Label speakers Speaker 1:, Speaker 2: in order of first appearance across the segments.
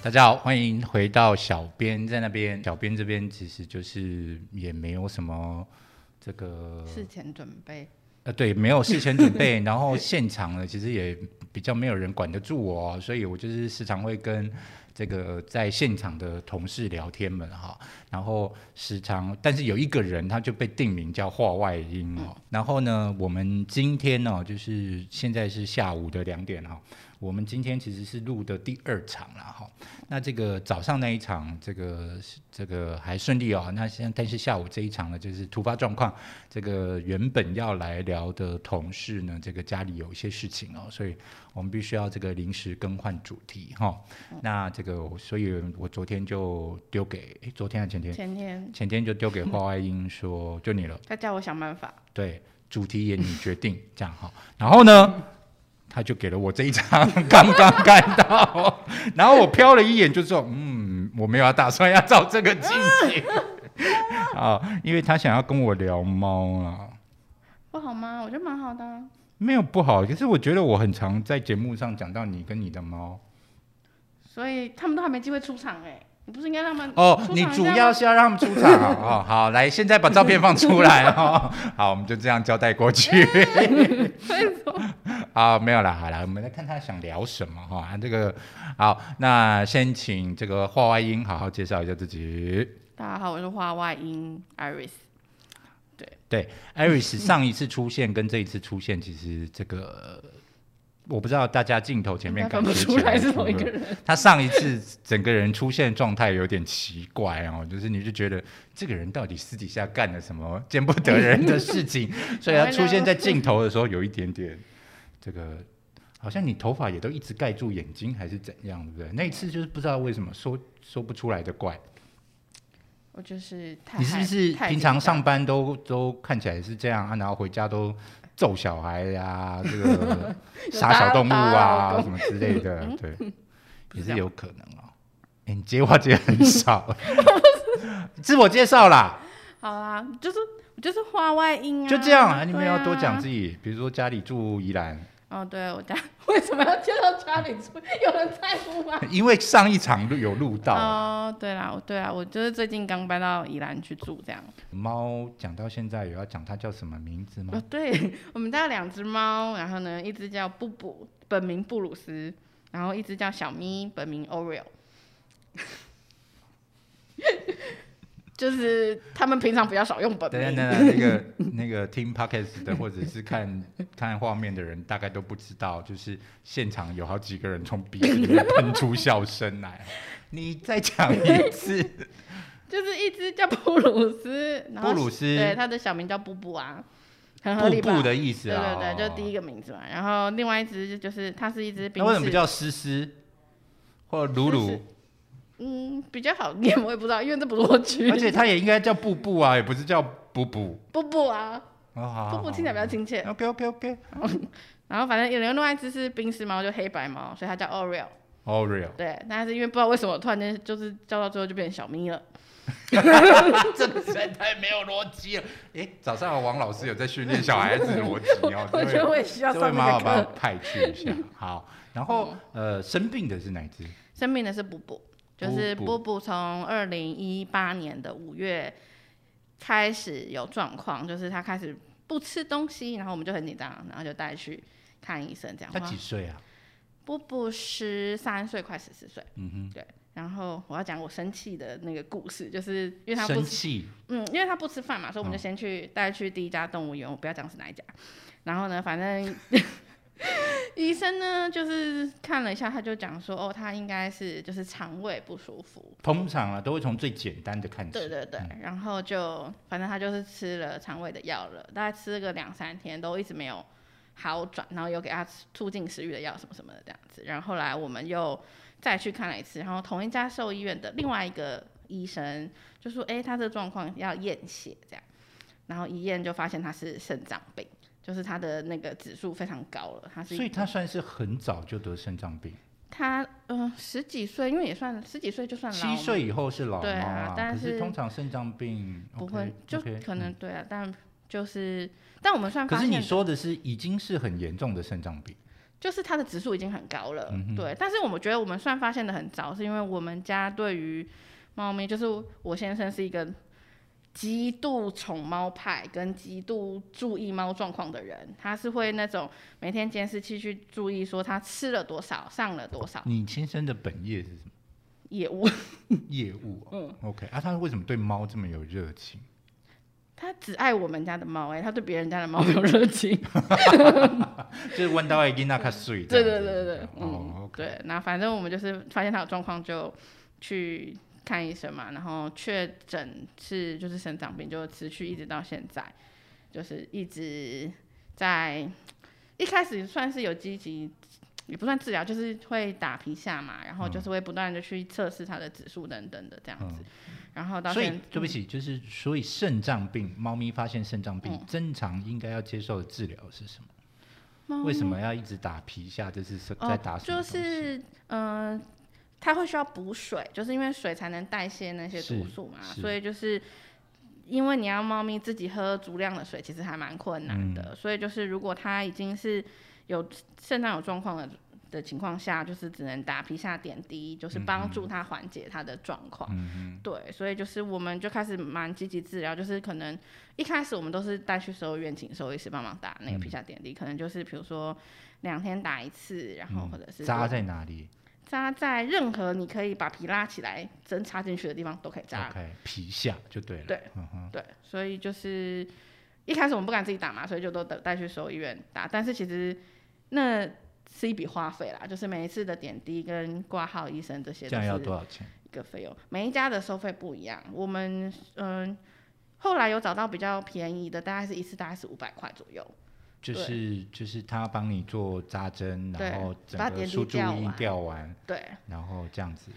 Speaker 1: 大家好，欢迎回到小编在那边。小编这边其实就是也没有什么这个
Speaker 2: 事前准备，
Speaker 1: 呃，对，没有事前准备，然后现场呢，其实也比较没有人管得住我、所以我就是时常会跟这个在现场的同事聊天们哈，然后时常，但是有一个人他就被定名叫话外音哦，然后呢，我们今天呢、就是现在是下午的两点哈、我们今天其实是录的第二场了哈，那这个早上那一场，这个这个还顺利哦。那现但是下午这一场呢，就是突发状况，这个原本要来聊的同事呢，这个家里有一些事情哦，所以我们必须要这个临时更换主题哈、那这个，所以我昨天就丢给，诶昨天还是前天，
Speaker 2: 前天
Speaker 1: 前天就丢给鲍爱英说，就你了。
Speaker 2: 他叫我想办法，
Speaker 1: 对，主题也你决定， 这样哈。然后呢，他就给了我这一张， 刚刚看到，然后我瞟了一眼，就说，嗯，我没有要打算要照这个进 行啊，因为他想要跟我聊猫啊。
Speaker 2: 不好吗？我觉得蛮好的啊、
Speaker 1: 没有不好，可是我觉得我很常在节目上讲到你跟你的猫
Speaker 2: 所以他们都还没机会出场哎、你不是应该让他们
Speaker 1: 哦
Speaker 2: 出，场一
Speaker 1: 你
Speaker 2: 下
Speaker 1: 主
Speaker 2: 吗
Speaker 1: 要是要让他们出场啊哦。好，来，现在把照片放出来哦。好，我们就这样交代过去。
Speaker 2: 为什么
Speaker 1: 啊，没有啦，好啦，我们来看他想聊什么哈、啊，这个好，那先请这个话外音好好介绍一下自己。
Speaker 2: 大家好，我是花外音 Iris，
Speaker 1: 对，Iris 上一次出现跟这一次出现，其实这个我不知道大家镜头前面
Speaker 2: 应该
Speaker 1: 感
Speaker 2: 分
Speaker 1: 觉
Speaker 2: 不出
Speaker 1: 起
Speaker 2: 来是
Speaker 1: 如
Speaker 2: 同一
Speaker 1: 何
Speaker 2: 个人，
Speaker 1: 他上一次整个人出现状态有点奇怪哦，就是你就觉得这个人到底私底下干了什么见不得人的事情，所以他出现在镜头的时候有一点点这个，好像你头发也都一直盖住眼睛还是怎样，对不对？那一次就是不知道为什么说说不出来的怪，
Speaker 2: 我就是太
Speaker 1: 你是不是
Speaker 2: 太
Speaker 1: 平常上班都都看起来是这样啊，然后回家都揍小孩呀、这 个杀小动物
Speaker 2: 有打打
Speaker 1: 啊
Speaker 2: 老
Speaker 1: 什么之类的，对，也
Speaker 2: 不嗯是
Speaker 1: 是
Speaker 2: 这样
Speaker 1: 有可能哦。哎你接话接很 少，自我介绍啦，
Speaker 2: 好啊，就是我就是花外音啊，
Speaker 1: 就这样啊。你们
Speaker 2: 对
Speaker 1: 要多讲
Speaker 2: 啊
Speaker 1: 自己，比如说家里住宜兰，
Speaker 2: 哦，对我家 为什么要介绍家里住？有人在乎吗？
Speaker 1: 因为上一场录有录到
Speaker 2: 哦，对啦，我对啊，我就是最近刚搬到宜兰去住这样。
Speaker 1: 猫，讲到现在有要讲它叫什么名字吗
Speaker 2: 哦？，对， 我们家有两只猫，然后呢，一只叫布布，本名布鲁斯，然后一只叫小咪，本名 Oreo。就是他们平常比较少用本
Speaker 1: 等等
Speaker 2: 名，
Speaker 1: 等等，那个那个听 podcast 的或者是看看画面的人，大概都不知道，就是现场有好几个人从鼻子里面喷出笑声来。 你再讲一 次，
Speaker 2: 就是一只叫布鲁斯，然后
Speaker 1: 布鲁斯
Speaker 2: 对他的小名叫布布啊，很合
Speaker 1: 瀑
Speaker 2: 理吧？
Speaker 1: 布的意思
Speaker 2: 对
Speaker 1: 啊，
Speaker 2: 对对，就第一
Speaker 1: 一。
Speaker 2: 个名字嘛。然后另外一只就是它是一只冰
Speaker 1: 那为什么
Speaker 2: 室
Speaker 1: 不叫思思或鲁
Speaker 2: 思
Speaker 1: 鲁？
Speaker 2: 嗯，比较好念，我也不知道，因为这不是我取的。
Speaker 1: 而且它也应该叫布布啊，也不是叫补补。
Speaker 2: 布布啊，
Speaker 1: 哦，好，
Speaker 2: 布布听起来比较亲切。
Speaker 1: OK OK OK。
Speaker 2: 然后反正有另外一只是冰丝猫，就黑白猫，所以它叫 Oreo。
Speaker 1: Oreo，
Speaker 2: 对，但是因为不知道为什么突然间就是叫到最后就变成小咪了。，
Speaker 1: 这个实在太没有逻辑了。哎，早上王老师有在训练小孩子逻辑哦
Speaker 2: 我觉
Speaker 1: 对
Speaker 2: 得我也需要
Speaker 1: 这位
Speaker 2: 上
Speaker 1: 妈
Speaker 2: 这
Speaker 1: 妈
Speaker 2: 个
Speaker 1: 帮我
Speaker 2: 课。
Speaker 1: 派去一 下。好，然后
Speaker 2: 嗯
Speaker 1: 呃，生病的是哪一只？
Speaker 2: 生病的是布布，就是
Speaker 1: 布布
Speaker 2: 布布从二零一八年的五月开始有状况，就是他开始不吃东西，然后我们就很紧张，然后就带去看医生这样。
Speaker 1: 它几岁啊？
Speaker 2: 布布十三岁，快十四岁。
Speaker 1: 嗯
Speaker 2: 然后我要讲我生气的那个故事，就是因为
Speaker 1: 哼，
Speaker 2: 他不
Speaker 1: 生气
Speaker 2: 嗯，因为他不吃饭嘛，所以我们就先去带去第一家动物园，我不要讲是哪一家。然后呢，反正医生呢就是看了一下，他就讲说，哦，他应该是就是肠胃不舒服。
Speaker 1: 通常啊都会从最简单的看
Speaker 2: 对
Speaker 1: 起。
Speaker 2: 对对，然后就反正他就是吃了肠胃的药了，大概吃个两三天都一直没有好转，然后有给他吃促进食欲的药什么什么的这样子。然后后来我们又再去看了一次，然后同一家兽医院的另外一个医生就说：“哎，他这个状况要验血这样。”然后一验就发现他是肾脏病，就是他的那个指数非常高了，他是
Speaker 1: 所以它算是很早就得肾脏病，
Speaker 2: 他呃十几岁，因为也算十几岁就算老
Speaker 1: 七岁以后是老猫
Speaker 2: 对啊但
Speaker 1: 可是
Speaker 2: 是
Speaker 1: 通常肾脏病
Speaker 2: 不
Speaker 1: OK，
Speaker 2: 会就
Speaker 1: OK，
Speaker 2: 可
Speaker 1: 嗯
Speaker 2: 能对啊，但就是但我们算
Speaker 1: 可
Speaker 2: 发
Speaker 1: 是
Speaker 2: 现
Speaker 1: 你说的是已经是很严重的肾脏病，
Speaker 2: 就是它的指数已经很高了，
Speaker 1: 嗯哼
Speaker 2: 对。但是我们觉得我们算发现的很早，是因为我们家对于猫咪，就是我先生是一个极度宠猫派跟极度注意猫状况的人，他是会那种每天监视器去注意说它吃了多少、上了多少
Speaker 1: 你亲生的本业是什 么？
Speaker 2: 业务。
Speaker 1: 业务哦、
Speaker 2: 嗯
Speaker 1: OK，啊，他为什么对猫这么有热情？
Speaker 2: 他只爱我们家的猫、哎，他对别人家的猫没有热情。
Speaker 1: 就是弯刀爱给那卡 水。
Speaker 2: 对对对对，
Speaker 1: 哦
Speaker 2: 嗯，
Speaker 1: ，OK，
Speaker 2: 对，然后反正我们就是发现他有状况就去看医生嘛，然后确诊是就是生长病，就持续一直到现在，就是一直在一开始算是有积极。也不算治疗，就是会打皮下嘛，然后
Speaker 1: 嗯
Speaker 2: 就是会不断的去测试它的指数等等的这样子，然后
Speaker 1: 嗯
Speaker 2: 到
Speaker 1: 所
Speaker 2: 现嗯
Speaker 1: 以对不起，就是所以肾脏病，猫咪发现肾脏病，
Speaker 2: 嗯
Speaker 1: 正常应该要接受的治疗是什么？
Speaker 2: 猫
Speaker 1: 为什么要一直打皮下？这是是
Speaker 2: 哦
Speaker 1: 在打什么
Speaker 2: 就
Speaker 1: 东西？
Speaker 2: 是嗯、呃它会需要补水，就是因为水才能代谢那些毒
Speaker 1: 是
Speaker 2: 素嘛，
Speaker 1: 是
Speaker 2: 所以就是。因为你要猫咪自己喝足量的水，其实还蛮困难
Speaker 1: 嗯
Speaker 2: 的。所以就是，如果它已经是有肾脏有状况的的情况下，就是只能打皮下点滴，就是
Speaker 1: 嗯
Speaker 2: 帮助它缓解它的状况。对，所以就是我们就开始蛮积极治疗，就是可能一开始我们都是带去收院请收医师帮忙打那个
Speaker 1: 嗯
Speaker 2: 皮下点滴，可能就是比如说两天打一次，然后或者是
Speaker 1: 嗯扎
Speaker 2: 扎
Speaker 1: 在哪里
Speaker 2: 扎在任何你可以把皮拉起来针插进去的地方都可以扎。
Speaker 1: ？OK，皮下就对了。
Speaker 2: 对对，所以就是一开始我们不敢自己打嘛，所以就都带带去收医院打，但是其实那是一笔花费啦，就是每一次的点滴跟挂号医生这些
Speaker 1: 这
Speaker 2: 都
Speaker 1: 样要
Speaker 2: 是
Speaker 1: 多少钱？
Speaker 2: 一个费用，每一家的收费不一样。我们嗯、后来有找到比较便宜的，大概是一次大概是五百块左右。
Speaker 1: 就是就是他帮你做扎针，
Speaker 2: 对
Speaker 1: 然后整
Speaker 2: 把
Speaker 1: 个
Speaker 2: 点滴
Speaker 1: 输注
Speaker 2: 吊
Speaker 1: 液
Speaker 2: 完
Speaker 1: 吊完，
Speaker 2: 对，
Speaker 1: 然后这样子，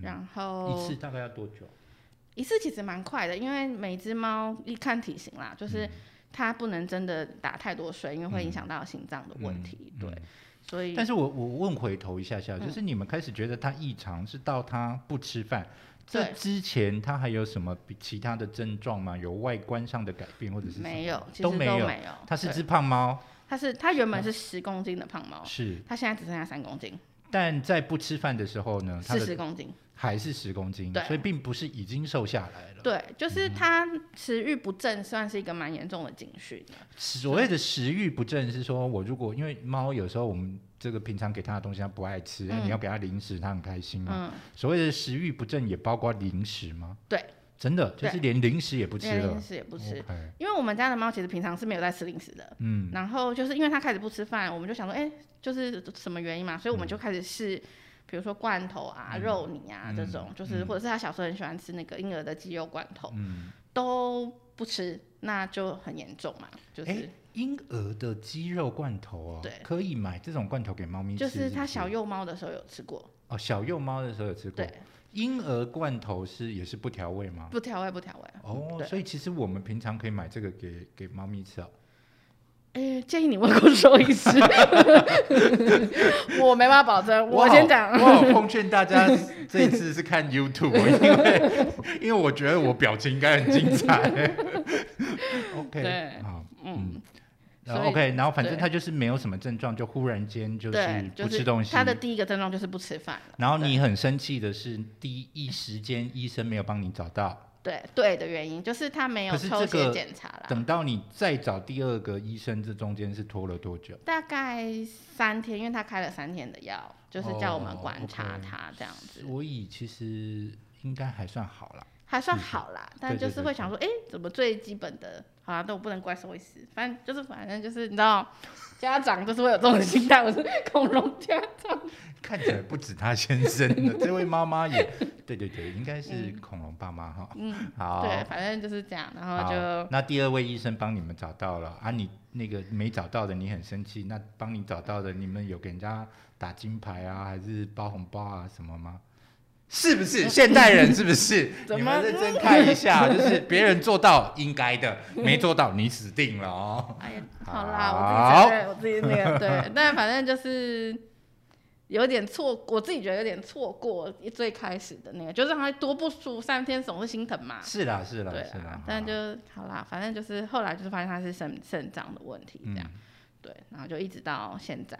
Speaker 2: 然后
Speaker 1: 嗯一次大概要多久？
Speaker 2: 一次其实蛮快的，因为每只猫一看体型啦，
Speaker 1: 嗯
Speaker 2: 就是它不能真的打太多水，因为会影响到心脏的
Speaker 1: 嗯
Speaker 2: 问题。对，所以
Speaker 1: 但是我我问回头一下
Speaker 2: 嗯
Speaker 1: 下，就是你们开始觉得它异常是到它不吃饭，这
Speaker 2: 对
Speaker 1: 之前它还有什么比其他的症状吗？有外观上的改变或者是什么
Speaker 2: 没有，其实
Speaker 1: 都
Speaker 2: 都
Speaker 1: 没
Speaker 2: 没
Speaker 1: 有
Speaker 2: 有
Speaker 1: 它是
Speaker 2: 对
Speaker 1: 只胖猫，
Speaker 2: 它是它原本是十公斤的胖猫，
Speaker 1: 是，
Speaker 2: 它现在只剩下三公斤，
Speaker 1: 但在不吃饭的时候呢，哦它
Speaker 2: 四十
Speaker 1: 的
Speaker 2: 公斤。
Speaker 1: 还是十公斤
Speaker 2: 对，
Speaker 1: 所以并不是已经瘦下来了。
Speaker 2: 对，
Speaker 1: 嗯
Speaker 2: 就是它食欲不振，算是一个蛮严重的警讯。
Speaker 1: 所谓的食欲不振是说，我如果因为猫有时候我们这个平常给它的东西它不爱吃，哎那你要给它零食，它很开心嘛。
Speaker 2: 嗯，
Speaker 1: 所谓的食欲不振也包括零食吗？
Speaker 2: 对，
Speaker 1: 真的就
Speaker 2: 对
Speaker 1: 是连零食也不吃
Speaker 2: 连零
Speaker 1: 了。
Speaker 2: 食也不吃。
Speaker 1: OK，
Speaker 2: 因为我们家的猫其实平常是没有在吃零食的，
Speaker 1: 嗯，
Speaker 2: 然后就是因为它开始不吃饭，我们就想说，哎、就是什么原因嘛，所以我们就开始试，比如说罐头啊、肉泥啊、
Speaker 1: 嗯嗯
Speaker 2: 这种，就是
Speaker 1: 嗯
Speaker 2: 或者是它小时候很喜欢吃那个婴儿的鸡肉罐头，
Speaker 1: 嗯
Speaker 2: 都不吃，那就很严重嘛，就是、
Speaker 1: 哎婴儿的鸡肉罐头哦，
Speaker 2: 对
Speaker 1: 可以买这种罐头给猫咪吃，
Speaker 2: 就是它
Speaker 1: 不
Speaker 2: 小幼猫的时候有吃过，
Speaker 1: 哦小幼猫的时候有吃过
Speaker 2: 对。，
Speaker 1: 婴儿罐头是也是不调味吗？
Speaker 2: 不调味不调味。
Speaker 1: 哦，
Speaker 2: 嗯对
Speaker 1: 所以其实我们平常可以买这个给给猫咪吃哦。
Speaker 2: 哎，建议你问过 兽医师，我没办法保证，
Speaker 1: 哦
Speaker 2: 我先讲。
Speaker 1: 我好奉劝大家 这一次是看 YouTube，因为因为我觉得我表情应该很精 彩。OK，
Speaker 2: 对
Speaker 1: 好，
Speaker 2: 嗯，
Speaker 1: 然后
Speaker 2: 所以
Speaker 1: OK，然后反正
Speaker 2: 对
Speaker 1: 他就是没有什么症状，就忽然间就是
Speaker 2: 对，就
Speaker 1: 不
Speaker 2: 是
Speaker 1: 吃东西。
Speaker 2: 它的第一个症状就是不吃饭了。
Speaker 1: 然后你很生气的是，第一时间医生没有帮你找到，
Speaker 2: 对对的原因就是他没有
Speaker 1: 可是
Speaker 2: 抽
Speaker 1: 这个
Speaker 2: 血检查啦，
Speaker 1: 等到你再找第二个医生，这中间是拖了多久？
Speaker 2: 大概三天，因为他开了三天的药，就是叫我们
Speaker 1: 哦
Speaker 2: 观察
Speaker 1: OK
Speaker 2: 他这样子，
Speaker 1: 所以其实应该还算好啦。
Speaker 2: 还算好啦。但
Speaker 1: 嗯对对嗯
Speaker 2: 就是
Speaker 1: 对
Speaker 2: 会想说，哎、怎么最基本的，好啦，那我不能怪兽医师，反正就是反正就是你知道，家长就是会有这种心态，我是恐龙家长，
Speaker 1: 看起来不止他先生了，这位妈妈也， 对对对，应该是恐龙爸妈哈。
Speaker 2: 嗯，
Speaker 1: 好，
Speaker 2: 对，反正就是这样，然后
Speaker 1: 好
Speaker 2: 就
Speaker 1: 那第二位医生帮你们找到了啊，你那个没找到的你很生气，那帮你找到的你们有给人家打金牌啊，还是包红包啊什么吗？是不是 现代人？是不是？
Speaker 2: 怎
Speaker 1: 你
Speaker 2: 么
Speaker 1: 们认真看一下，就是别人做到应该的，没做到你死定了 哦。
Speaker 2: 哎呀，
Speaker 1: 好
Speaker 2: 好啦，我自己承认，我自己那个 对，但反正就是有点错，我自己觉得有点错过最开始的那个，就是让他多不舒服三天总是心疼嘛，
Speaker 1: 是啦，是啦，
Speaker 2: 对
Speaker 1: 是啦
Speaker 2: 啊，，但
Speaker 1: 好
Speaker 2: 就
Speaker 1: 啦
Speaker 2: 好啦，反正就是后来就是发现他是肾肾脏的问题这样，
Speaker 1: 嗯
Speaker 2: 对，然后就一直到现在，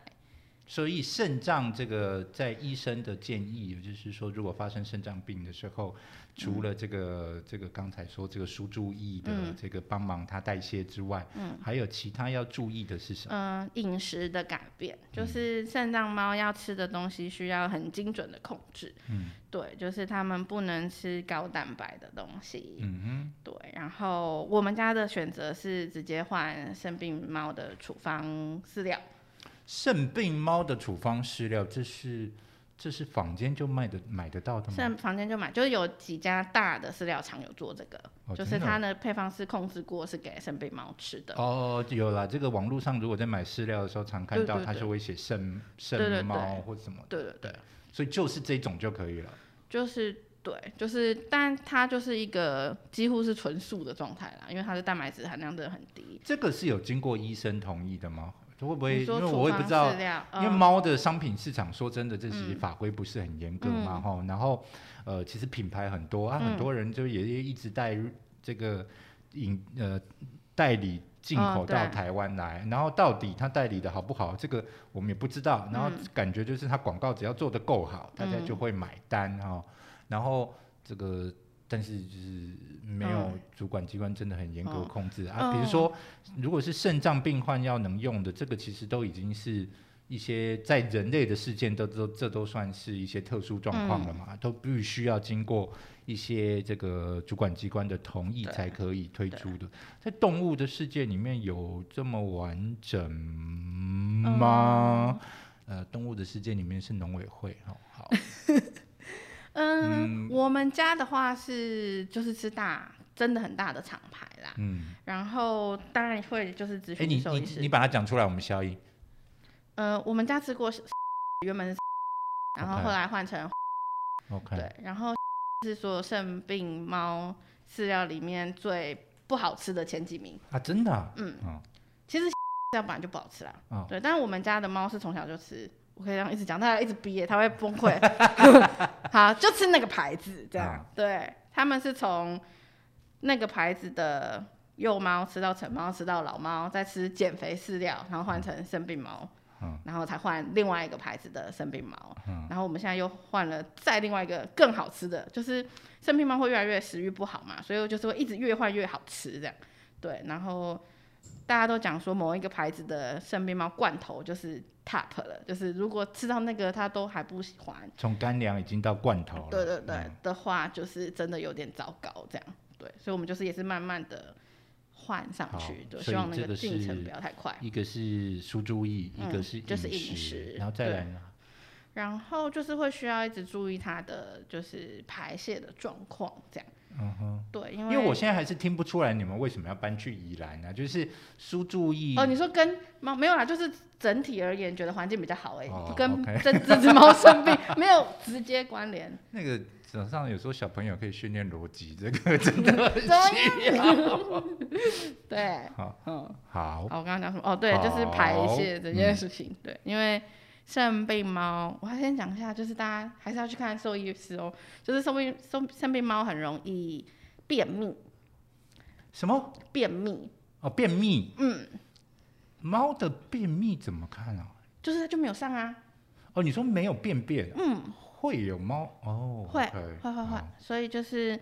Speaker 1: 所以肾脏这个在医生的建议，也就是说，如果发生肾脏病的时候，除了这个、这个刚才说这个输注意的
Speaker 2: 嗯
Speaker 1: 这个帮忙它代谢之外，
Speaker 2: 嗯
Speaker 1: 还有其他要注意的是什么？
Speaker 2: 嗯，饮食的改变，
Speaker 1: 嗯
Speaker 2: 就是肾脏猫要吃的东西需要很精准的控制。
Speaker 1: 嗯，
Speaker 2: 对，就是它们不能吃高蛋白的东西。
Speaker 1: 嗯
Speaker 2: 对，然后我们家的选择是直接换生病猫的处方饲料。
Speaker 1: 哼，肾病猫的处方饲料，这是这是坊间就卖的买得到的吗？
Speaker 2: 现在房间就买，就是啊有几家大的饲料厂有做这个，
Speaker 1: 哦
Speaker 2: 就是
Speaker 1: 真的
Speaker 2: 它的配方是控制过，是给生病猫吃的。
Speaker 1: 哦，有啦，这个网络上如果在买饲料的时候，常看
Speaker 2: 对
Speaker 1: 到
Speaker 2: 对
Speaker 1: 它
Speaker 2: 对
Speaker 1: 就会写肾
Speaker 2: 对对
Speaker 1: 肾
Speaker 2: 对
Speaker 1: 猫或什么的，
Speaker 2: 对对对，
Speaker 1: 所以就是这种就可以了。
Speaker 2: 就是对，就是，但它就是一个几乎是纯素的状态啦，因为它的蛋白质含量真的很低。
Speaker 1: 这个是有经过医生同意的吗？会不会
Speaker 2: 你
Speaker 1: 因为
Speaker 2: 说处
Speaker 1: 我也不
Speaker 2: 方
Speaker 1: 知道
Speaker 2: 饲，料，
Speaker 1: 因为
Speaker 2: 嗯
Speaker 1: 猫的商品市场说真的，这其实
Speaker 2: 嗯
Speaker 1: 法规不是很严格嘛，
Speaker 2: 嗯
Speaker 1: 哈、然后呃，其实品牌很多啊，
Speaker 2: 嗯
Speaker 1: 很多人就也一直带入这个引呃代理。进口
Speaker 2: 哦
Speaker 1: 到
Speaker 2: 对
Speaker 1: 台湾来，
Speaker 2: 嗯
Speaker 1: 然后到底它代理的好不好，这个我们也不知道。然后
Speaker 2: 嗯
Speaker 1: 感觉就是它广告只要做得够好，大家就
Speaker 2: 嗯
Speaker 1: 会买单哈、哦。然后这个，但是就是没有
Speaker 2: 嗯
Speaker 1: 主管机关真的很严格
Speaker 2: 哦
Speaker 1: 控制、啊。比如
Speaker 2: 哦
Speaker 1: 说，如果是肾脏病患要能用的，这个其实都已经是一些在人类的事件都都这都算是一些特殊状况了嘛，
Speaker 2: 嗯
Speaker 1: 都必须要经过一些这个主管机关的同意
Speaker 2: 对
Speaker 1: 才可以推出的。在动物的世界里面有这么完整
Speaker 2: 嗯
Speaker 1: 吗？呃，动物的世界里面是农委会哦， 好，
Speaker 2: 嗯，我们家的话是就是吃大，真的很大的厂牌啦。
Speaker 1: 嗯，
Speaker 2: 然后当然会就是咨
Speaker 1: 哎、你
Speaker 2: 询兽
Speaker 1: 你
Speaker 2: 医
Speaker 1: 你
Speaker 2: 师。
Speaker 1: 把它讲出来，我们消音。
Speaker 2: 呃，我们家吃过是， 原本是， 然后
Speaker 1: OK
Speaker 2: 后来换成
Speaker 1: OK，
Speaker 2: 对，然后是说肾病猫饲料里面最不好吃的前几名。
Speaker 1: 啊，真的啊、
Speaker 2: 嗯，
Speaker 1: 哦
Speaker 2: 其实这样本来就不好吃啦。
Speaker 1: 哦
Speaker 2: 对，但是我们家的猫是从小就吃。我可以这样一直讲，它一直憋，它会崩 溃。好，就吃那个牌子这样。
Speaker 1: 啊
Speaker 2: 对，他们是从那个牌子的幼猫吃到成猫，吃到老猫，再吃减肥饲料，然后换成生病猫，
Speaker 1: 嗯
Speaker 2: 然后才换另外一个牌子的生病猫。
Speaker 1: 嗯
Speaker 2: 然后我们现在又换了再另外一个更好吃的，就是生病猫会越来越食欲不好嘛，所以我就是会一直越换越好吃这样。对，然后大家都讲说某一个牌子的生病猫罐头就是 top 了，就是如果吃到那个它都还不喜欢，
Speaker 1: 从干粮已经到罐头了。
Speaker 2: 对对对、
Speaker 1: 嗯
Speaker 2: 的话，就是真的有点糟糕这样。对，所以我们就是也是慢慢的换上
Speaker 1: 好
Speaker 2: 去，对，
Speaker 1: 所
Speaker 2: 希
Speaker 1: 以
Speaker 2: 望那
Speaker 1: 这个
Speaker 2: 进
Speaker 1: 是
Speaker 2: 程不要太快。
Speaker 1: 一个是输注意，一个
Speaker 2: 嗯
Speaker 1: 是饮食，
Speaker 2: 就是饮食
Speaker 1: 然后再来呢？
Speaker 2: 然后就是会需要一直注意它的就是排泄的状况这样。
Speaker 1: 嗯哼，
Speaker 2: 对，因
Speaker 1: 因
Speaker 2: 为
Speaker 1: 为我现在还是听不出来你们为什么要搬去宜兰呢、就是输注意，
Speaker 2: 哦，你说跟猫没有啦，就是整体而言觉得环境比较好哎、欸
Speaker 1: 哦
Speaker 2: 跟
Speaker 1: OK
Speaker 2: 这这只猫生病 没有直接关联。
Speaker 1: 那个早上有时候小朋友可以训练逻辑，这个真的很
Speaker 2: 怎么样？对，
Speaker 1: 好。
Speaker 2: 嗯，
Speaker 1: 好，
Speaker 2: 好，我刚刚讲什么？哦，对，就是排泄这件事情。对，因为肾病猫，我还先讲一下，就是大家还是要去看兽医师哦。就是肾病肾肾病猫很容易便秘，
Speaker 1: 什么？
Speaker 2: 便秘，
Speaker 1: 哦，便秘，
Speaker 2: 嗯，
Speaker 1: 猫的便秘怎么看啊？
Speaker 2: 就是它就没有上啊，
Speaker 1: 哦，你说没有便便，啊
Speaker 2: 嗯，
Speaker 1: 会有猫哦，
Speaker 2: 会
Speaker 1: OK，
Speaker 2: 会会会
Speaker 1: 好，
Speaker 2: 所以就是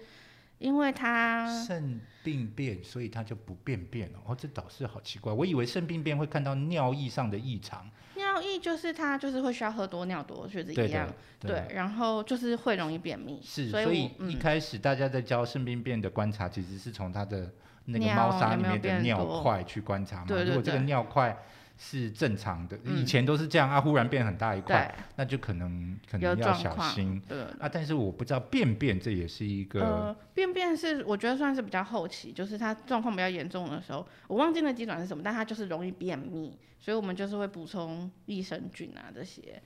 Speaker 2: 因为它
Speaker 1: 肾病变，所以它就不便便了。哦，这倒是好奇怪，我以为肾病变会看到尿液上的异常。
Speaker 2: 尿液就是它就是会需要喝多尿多，就是
Speaker 1: 对的
Speaker 2: 一样，
Speaker 1: 对的
Speaker 2: 然后就是会容易便秘，
Speaker 1: 是，
Speaker 2: 所
Speaker 1: 所以
Speaker 2: 我
Speaker 1: 一
Speaker 2: 嗯，
Speaker 1: 开始大家在教肾病变的观察，其实是从它的那个
Speaker 2: 尿
Speaker 1: 猫砂
Speaker 2: 有
Speaker 1: 里
Speaker 2: 没有
Speaker 1: 面的
Speaker 2: 变
Speaker 1: 尿
Speaker 2: 多
Speaker 1: 块去观察嘛。
Speaker 2: 对
Speaker 1: 如
Speaker 2: 对
Speaker 1: 果这个
Speaker 2: 对
Speaker 1: 尿块是正常的，以
Speaker 2: 嗯
Speaker 1: 前都是这样啊，忽然变很大一块，
Speaker 2: 对，
Speaker 1: 那就可能可
Speaker 2: 有
Speaker 1: 能要
Speaker 2: 状
Speaker 1: 小
Speaker 2: 况，
Speaker 1: 心
Speaker 2: 对。
Speaker 1: 啊。但是我不知道便便这也是一个，
Speaker 2: 呃，便便是我觉得算是比较后期，就是它状况比较严重的时候，我忘记那几转是什么，但它就是容易便秘，所以我们就是会补充益生菌啊这些。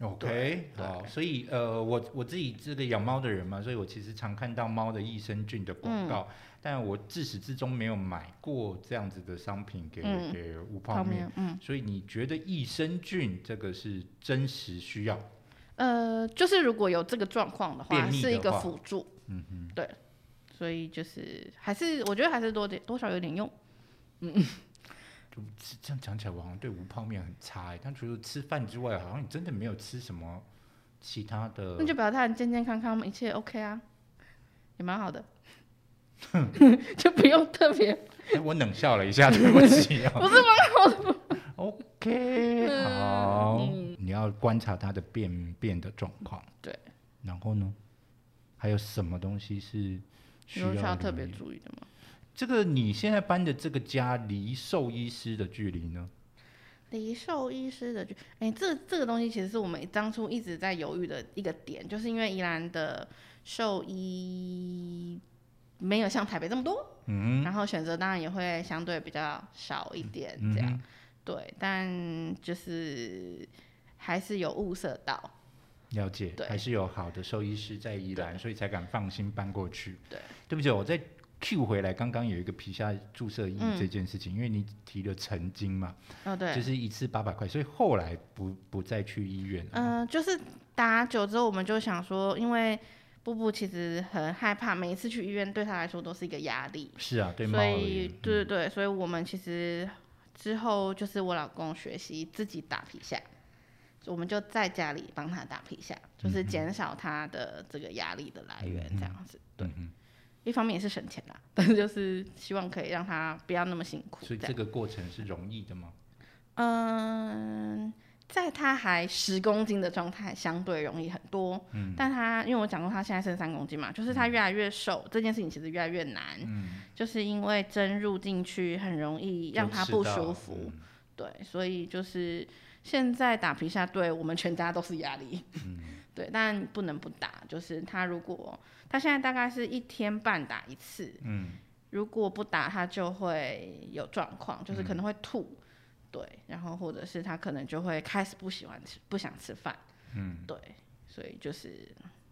Speaker 1: OK，
Speaker 2: 呃对
Speaker 1: 好，所以呃，我我自己这个养猫的人嘛，所以我其实常看到猫的益生菌的广
Speaker 2: 嗯
Speaker 1: 告，但我自始至终没有买过这样子的商品给、
Speaker 2: 嗯
Speaker 1: 给无泡面。，
Speaker 2: 嗯，
Speaker 1: 所以你觉得益生菌这个是真实需要？
Speaker 2: 呃，就是如果有这个状况的
Speaker 1: 便
Speaker 2: 话，
Speaker 1: 秘
Speaker 2: 是一
Speaker 1: 的
Speaker 2: 个
Speaker 1: 话
Speaker 2: 辅助，
Speaker 1: 嗯哼，
Speaker 2: 所以就是还是我觉得还是多点多少有点用。嗯，
Speaker 1: 这这样讲起来，我好像对无泡面很差哎、但除了吃饭之外，好像你真的没有吃什么其他的
Speaker 2: 那。就表示他很健健康康，一切 OK 啊，也蛮 好的， 就不用特别
Speaker 1: 哎我冷笑了一下，对不起啊、
Speaker 2: 不是蛮好的。
Speaker 1: OK，好，
Speaker 2: 嗯
Speaker 1: 你要观察它的便便的状况。
Speaker 2: 对。
Speaker 1: 然后呢？还有什么东西是需
Speaker 2: 有需要特
Speaker 1: 留
Speaker 2: 别
Speaker 1: 意
Speaker 2: 注意的吗？
Speaker 1: 这个你现在搬的这个家离兽医师的距离呢？
Speaker 2: 离兽医师的距，哎、这这个东西其实是我们当初一直在犹豫的一个点，就是因为宜兰的兽医没有像台北这么多，
Speaker 1: 嗯
Speaker 2: 然后选择当然也会相对比较少一点
Speaker 1: 嗯
Speaker 2: 这样。
Speaker 1: 哼，
Speaker 2: 对，但就是还是有物色到，
Speaker 1: 了解，
Speaker 2: 对
Speaker 1: 还是有好的兽医师在宜兰，所以才敢放心搬过去。
Speaker 2: 对，
Speaker 1: 对不起，我再 Q 回来，刚刚有一个皮下注射液
Speaker 2: 嗯
Speaker 1: 这件事情，因为你提了曾经嘛，
Speaker 2: 哦对，
Speaker 1: 就是一次八百块，所以后来不不再去医院了。
Speaker 2: 嗯、就是打久之后，我们就想说，因为布布其实很害怕，每一次去医院对他来说都是一个压力，
Speaker 1: 是啊，对猫
Speaker 2: 所
Speaker 1: 而
Speaker 2: 以
Speaker 1: 言，嗯
Speaker 2: 对对对，所以我们其实之后就是我老公学习自己打皮下，我们就在家里帮他打皮下，
Speaker 1: 嗯
Speaker 2: 就是减少他的这个压力的来源，这样子。
Speaker 1: 对，
Speaker 2: 一方面也是省钱啦， 但是就是希望可以让他不要那么辛苦。
Speaker 1: 所以
Speaker 2: 这
Speaker 1: 这
Speaker 2: 样，
Speaker 1: 个过程是容易的吗？
Speaker 2: 嗯，在他还十公斤的状态，相对容易很多。嗯，但他因为我讲过他现在剩三公斤嘛，就是他越来越瘦，这件事情其实越来越难，
Speaker 1: 嗯，
Speaker 2: 就是因为针入进去很容易让他
Speaker 1: 就
Speaker 2: 不
Speaker 1: 吃到
Speaker 2: 舒服。
Speaker 1: 嗯
Speaker 2: 对，所以就是现在打皮下对我们全家都是压力。 对，但不能不打，就是他如果他现在大概是一天半打一次，
Speaker 1: 嗯，
Speaker 2: 如果不打他就会有状况，就是可能会吐，对，然后或者是他可能就会开始不喜欢吃，不想吃饭，嗯，对，所以就是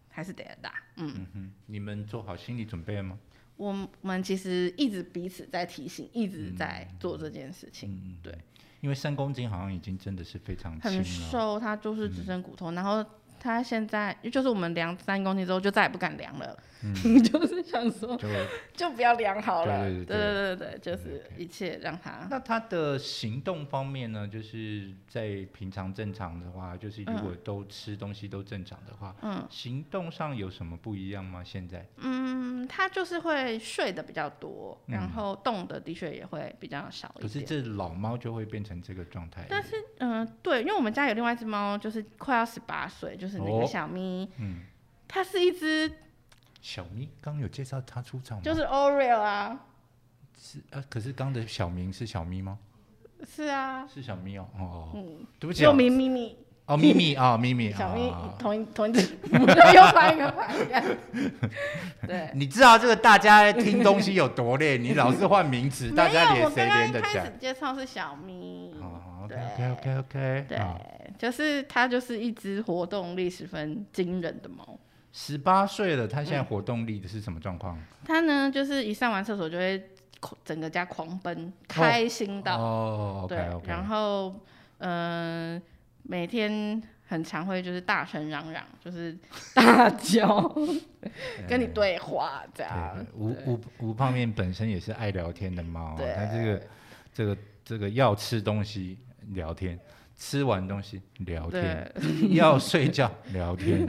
Speaker 2: 还是得打，嗯，
Speaker 1: 嗯你们做好心理准备了吗？
Speaker 2: 我们其实一直彼此在提醒，一直在做这件事情，
Speaker 1: 嗯，
Speaker 2: 对。
Speaker 1: 因为三公斤好像已经真的是非常轻
Speaker 2: 很
Speaker 1: 了。嗯
Speaker 2: 瘦，他就是只剩骨头，然后他现在就是我们量三公斤之后就再也不敢量了， 就是想说
Speaker 1: 就
Speaker 2: 就不要量好了，
Speaker 1: 嗯对对对
Speaker 2: 对对对就是
Speaker 1: 嗯，OK
Speaker 2: 一切让他
Speaker 1: 那他的行动方面呢，就是在平常正常的话，就是如果都吃东西都正常的话，
Speaker 2: 嗯，
Speaker 1: 行动上有什么不一样吗？现在
Speaker 2: 嗯，他就是会睡的比较多，
Speaker 1: 嗯
Speaker 2: 然后动的的确也会比较少
Speaker 1: 可
Speaker 2: 一
Speaker 1: 是
Speaker 2: 点。
Speaker 1: 这老猫就会变成这个状态，
Speaker 2: 但是，嗯、对，因为我们家有另外一只猫，就是快要十八岁，就是那
Speaker 1: 哦
Speaker 2: 个小咪，
Speaker 1: 嗯，
Speaker 2: 它是一只
Speaker 1: 小明刚有介绍他出场吗？
Speaker 2: 就是 Oreo 啊，
Speaker 1: 是啊，可是刚的小明是小咪吗？
Speaker 2: 是啊，
Speaker 1: 是小咪哦，哦哦，
Speaker 2: 嗯，
Speaker 1: 对不起
Speaker 2: 又
Speaker 1: 哦，
Speaker 2: 咪咪咪，
Speaker 1: 哦咪咪啊咪咪
Speaker 2: 小咪
Speaker 1: 啊，
Speaker 2: 同一同一只， 又翻一个翻一 个。对，
Speaker 1: 你知道这个大家听东西有多累，你老是换名词，大
Speaker 2: 没有
Speaker 1: 家，连
Speaker 2: 我
Speaker 1: 谁
Speaker 2: 刚
Speaker 1: 连
Speaker 2: 刚
Speaker 1: 得
Speaker 2: 一
Speaker 1: 起
Speaker 2: 开
Speaker 1: 来哦
Speaker 2: 始？介绍是小咪，
Speaker 1: 好，OK
Speaker 2: 对
Speaker 1: OK OK OK，
Speaker 2: 对，就是它就是一只活动力十分惊人的猫。
Speaker 1: 十八岁了，他现
Speaker 2: 嗯
Speaker 1: 在活动力的是什么状况？
Speaker 2: 它呢，就是一上完厕所就会狂整个家狂奔，开心到、
Speaker 1: 哦
Speaker 2: 对
Speaker 1: ，OK OK，
Speaker 2: 然后嗯、呃每天。很常会就是大声嚷嚷，就是 大 叫，跟你对话这样
Speaker 1: 哎对。吴吴吴胖面本身也是爱聊天的猫，
Speaker 2: 对
Speaker 1: 他这个这个这个要吃东西聊天，吃完东西聊天，
Speaker 2: 对，
Speaker 1: 要睡觉聊 天，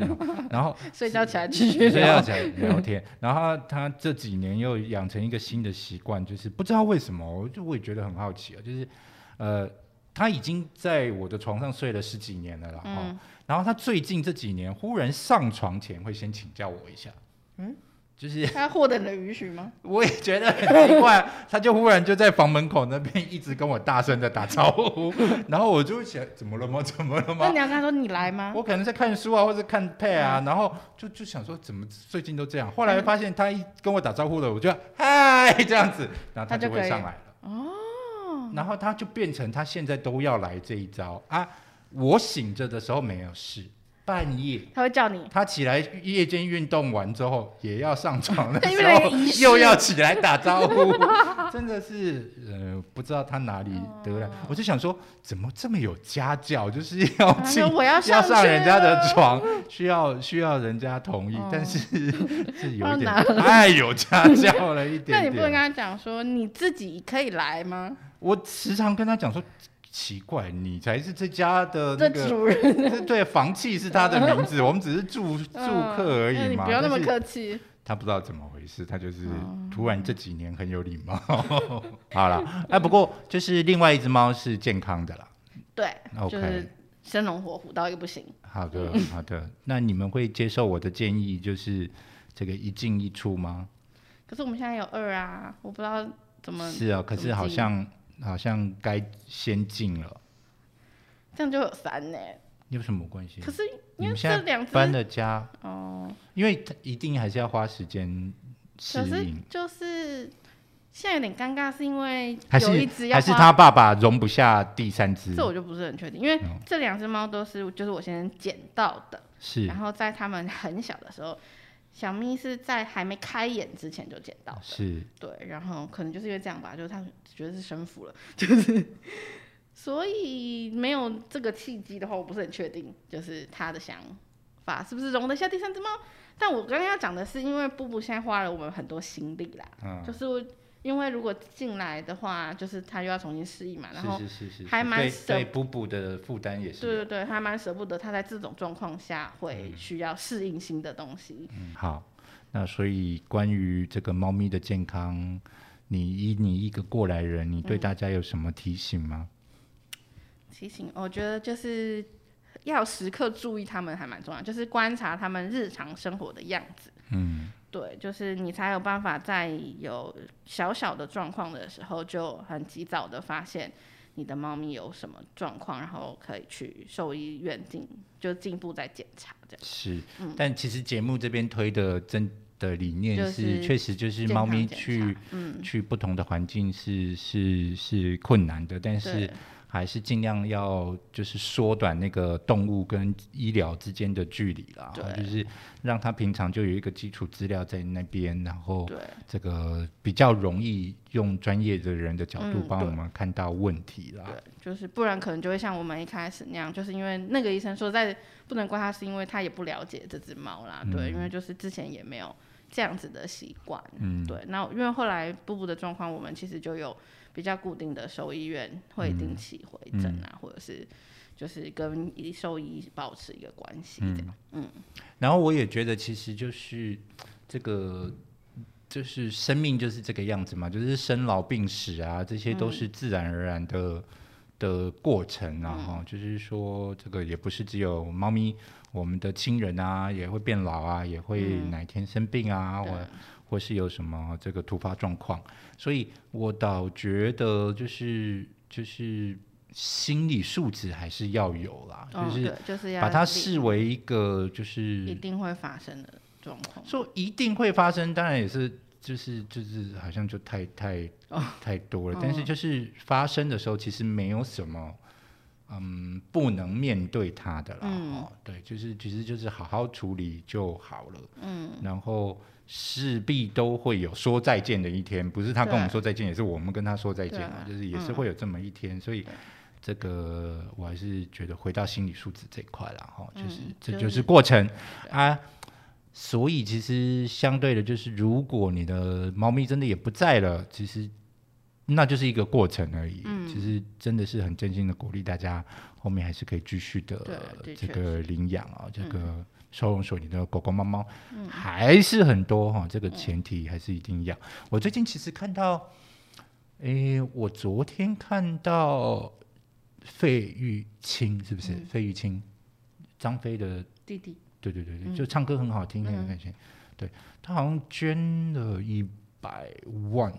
Speaker 1: 然后
Speaker 2: 睡觉起来继续
Speaker 1: 睡觉
Speaker 2: 聊。
Speaker 1: 起来聊天，然后他这几年又养成一个新的习惯，就是不知道为什么，我就我也觉得很好奇啊，就是呃，他已经在我的床上睡了十几年了啦，然后、
Speaker 2: 嗯
Speaker 1: 然后他最近这几年忽然上床前会先请教我一下，嗯
Speaker 2: 嗯，
Speaker 1: 就是
Speaker 2: 他获得你的允许吗？
Speaker 1: 我也觉得很奇怪，他就忽然就在房门口那边一直跟我大声的打招 呼，然后我就想怎么了吗？怎么了
Speaker 2: 那
Speaker 1: 吗？
Speaker 2: 你嗯要跟他说你来吗？
Speaker 1: 我可能在看书啊，或者看配啊，然后就就想说怎么最近都这样。后来发现他一跟我打招呼了，我就嗨这样子，然后他
Speaker 2: 他就
Speaker 1: 就会
Speaker 2: 可以
Speaker 1: 上来了。哦，然后他就变成他现在都要来这一招啊！我醒着的时候没有事，半夜
Speaker 2: 他会叫你。
Speaker 1: 他起来夜间运动完之后，也要上 床的
Speaker 2: 因
Speaker 1: 时
Speaker 2: 为那
Speaker 1: 候
Speaker 2: 个仪，式
Speaker 1: 又要起来打招 呼，真的是呃，不知道他哪里
Speaker 2: 哦
Speaker 1: 得来。我就想说，怎么这么有家教，就是要
Speaker 2: 他
Speaker 1: 进
Speaker 2: 说啊我要
Speaker 1: 要
Speaker 2: 上
Speaker 1: 上
Speaker 2: 去
Speaker 1: 人家的
Speaker 2: 了
Speaker 1: 床，需要需要人家同意，
Speaker 2: 哦
Speaker 1: 但是是有
Speaker 2: 到
Speaker 1: 一点
Speaker 2: 哪
Speaker 1: 太有家教了一点点。
Speaker 2: 啊那你不能跟他讲说你自己可以来吗？
Speaker 1: 我时常跟他讲说，奇怪，你才是这家的
Speaker 2: 这
Speaker 1: 那个，
Speaker 2: 主人
Speaker 1: 这对房契是他的名字，我们只是 住住客而
Speaker 2: 嗯嗯那
Speaker 1: 已
Speaker 2: 你
Speaker 1: 嘛。
Speaker 2: 不要那么
Speaker 1: 但是
Speaker 2: 客气。
Speaker 1: 他不知道怎么回事，他就是
Speaker 2: 哦
Speaker 1: 突然这几年很有礼貌。 好啦，哎，不过就是另外一只猫是健康的啦。
Speaker 2: 对，
Speaker 1: OK
Speaker 2: 就是生龙活虎到一个不行。
Speaker 1: 好的，好的。那你们会接受我的建议，就是这个一进一出吗？
Speaker 2: 可是我们现在有二啊，我不知道怎么
Speaker 1: 是啊，可
Speaker 2: 怎
Speaker 1: 是
Speaker 2: 么
Speaker 1: 好
Speaker 2: 进
Speaker 1: 像好像该先进了，
Speaker 2: 这样就有三呢、
Speaker 1: 有什么关系
Speaker 2: 可？是
Speaker 1: 你
Speaker 2: 因为
Speaker 1: 们
Speaker 2: 这
Speaker 1: 现在
Speaker 2: 两只
Speaker 1: 搬了家，
Speaker 2: 哦，
Speaker 1: 因为它一定还是要花时间适
Speaker 2: 可是
Speaker 1: 应，
Speaker 2: 就是现在有点尴尬，是因为
Speaker 1: 还
Speaker 2: 有
Speaker 1: 是
Speaker 2: 一只要
Speaker 1: 还是
Speaker 2: 花
Speaker 1: 他爸爸容不下第三只
Speaker 2: 这，我就不是很确定，因为
Speaker 1: 嗯
Speaker 2: 这两只猫都是就是我先生捡到的，
Speaker 1: 是
Speaker 2: 然后在它们很小的时候，小咪是在还没开眼之前就捡到的，
Speaker 1: 是
Speaker 2: 对，然后可能就是因为这样吧，就是它觉得是生父了， 就是所以没有这个契机的话，我不是很确定，就是它的想法是不是容得下第三只猫。但我刚刚要讲的是，因为布布现在花了我们很多心力啦，
Speaker 1: 嗯
Speaker 2: 就是因为如果进来的话，就是它又要重新适应嘛，然后
Speaker 1: 是是是是，
Speaker 2: 还
Speaker 1: 是
Speaker 2: 蛮
Speaker 1: 对
Speaker 2: 舍
Speaker 1: 对补补的负担也
Speaker 2: 对
Speaker 1: 是。
Speaker 2: 对对，还蛮舍不得他在这种状况下会需要适应新的东西。
Speaker 1: 嗯好，那所以关于这个猫咪的健康，你以你一个过来人，
Speaker 2: 嗯
Speaker 1: 你对大家有什么提醒吗？
Speaker 2: 提醒，我觉得就是要时刻注意他们，还蛮重要，就是观察他们日常生活的样子。
Speaker 1: 嗯，
Speaker 2: 对，就是你才有办法在有小小的状况的时候，就很及早的发现你的猫咪有什么状况，然后可以去兽医院进，就进一步再检查这样。
Speaker 1: 是，但其实节目这边推的真的理念，
Speaker 2: 嗯就是是
Speaker 1: 确实就是
Speaker 2: 健
Speaker 1: 猫
Speaker 2: 康
Speaker 1: 咪
Speaker 2: 检查嗯
Speaker 1: 去、去不同的环境是是是困难的，但是
Speaker 2: 对。
Speaker 1: 还是尽量要就是缩短那个动物跟医疗之间的距离啦，哦
Speaker 2: 对
Speaker 1: 就是让它平常就有一个基础资料在那边，然后
Speaker 2: 对，
Speaker 1: 这个比较容易用专业的人的角度
Speaker 2: 嗯
Speaker 1: 帮
Speaker 2: 对
Speaker 1: 我们看到问题啦。
Speaker 2: 对，就是不然可能就会像我们一开始那样，就是因为那个医生说在不能怪他，是因为他也不了解这只猫啦，对，因为就是之前也没有这样子的习惯，
Speaker 1: 嗯
Speaker 2: 对。那因为后来布布的状况，我们其实就有比较固定的兽医院会
Speaker 1: 嗯
Speaker 2: 定期回诊啊，或者是就是跟医兽医保持一个关系这
Speaker 1: 嗯
Speaker 2: 样。
Speaker 1: 然后我也觉得，其实就是这个，就是生命就是这个样子嘛，就是生老病死啊，这些都是
Speaker 2: 嗯
Speaker 1: 自然而然的、的过程啊。哈、就是说，这个也不是只有猫咪，我们的亲人啊也会变老啊，也会
Speaker 2: 嗯
Speaker 1: 哪天生病啊，
Speaker 2: 对
Speaker 1: 或或是有什么这个突发状况。所以我倒觉得，就是就是心理素质还是要有啦，
Speaker 2: 嗯，
Speaker 1: 就是
Speaker 2: 对，就是要
Speaker 1: 把它
Speaker 2: 理
Speaker 1: 视为一个就
Speaker 2: 一
Speaker 1: 是
Speaker 2: 定会发生的状况。
Speaker 1: 说一定会发生，当然也是就是就是好像就太太、太多了，但是就是发生的时候其实没有什么。嗯，不能面对它的啦，
Speaker 2: 嗯
Speaker 1: 哦，对，就是其实就是好好处理就好了，
Speaker 2: 嗯，
Speaker 1: 然后势必都会有说再见的一天，不是他跟我们说再见，也是我们跟他说再见啊，
Speaker 2: 对嗯
Speaker 1: 就是也是会有这么一天，所以这个我还是觉得回到心理素质这一块啦，哈，就是、
Speaker 2: 嗯
Speaker 1: 这
Speaker 2: 就
Speaker 1: 就是是过程啊。所以其实相对的，就是如果你的猫咪真的也不在了，其实那就是一个过程而已。
Speaker 2: 嗯
Speaker 1: 其实真的是很真心的鼓励大家，后面还是可以继续的
Speaker 2: 对的
Speaker 1: 这
Speaker 2: 确嗯
Speaker 1: 个领养啊、这个收容所里的狗狗、猫猫、还是很多哈、
Speaker 2: 嗯
Speaker 1: 这个前提还是一定要。我最近其实看到，诶，我昨天看到费玉清是不
Speaker 2: 嗯
Speaker 1: 是？费玉清，张飞的
Speaker 2: 弟弟，
Speaker 1: 对对对
Speaker 2: 嗯
Speaker 1: 对，就唱歌很好听那个感觉。对他好像捐了一百万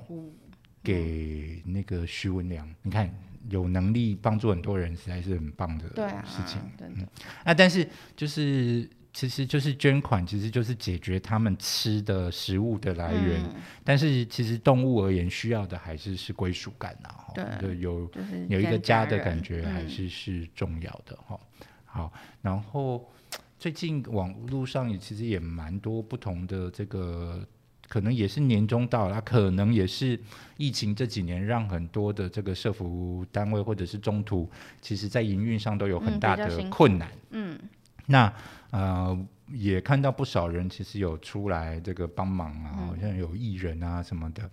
Speaker 1: 给那个徐文良，你看有能力帮助很多人，实在是很棒的
Speaker 2: 对啊，
Speaker 1: 事情。
Speaker 2: 真的，
Speaker 1: 啊，但是就是其实就是捐款，其实就是解决他们吃的食物的来源。
Speaker 2: 嗯
Speaker 1: 但是其实动物而言，需要的还是是归属感呐、啊，
Speaker 2: 对
Speaker 1: 齁就有
Speaker 2: 就是
Speaker 1: 有一个
Speaker 2: 跟
Speaker 1: 家
Speaker 2: 家
Speaker 1: 的
Speaker 2: 嗯人
Speaker 1: 感觉
Speaker 2: 嗯
Speaker 1: 还是是重要的哈、好，然后最近网络上也其实也蛮多不同的这个，可能也是年终到了，可能也是疫情这几年让很多的这个社服单位或者是中途，其实在营运上都有很
Speaker 2: 嗯
Speaker 1: 大
Speaker 2: 比较
Speaker 1: 的
Speaker 2: 辛苦
Speaker 1: 困难。
Speaker 2: 嗯，
Speaker 1: 那呃，也看到不少人其实有出来这个帮忙啊，好像有艺人啊什么的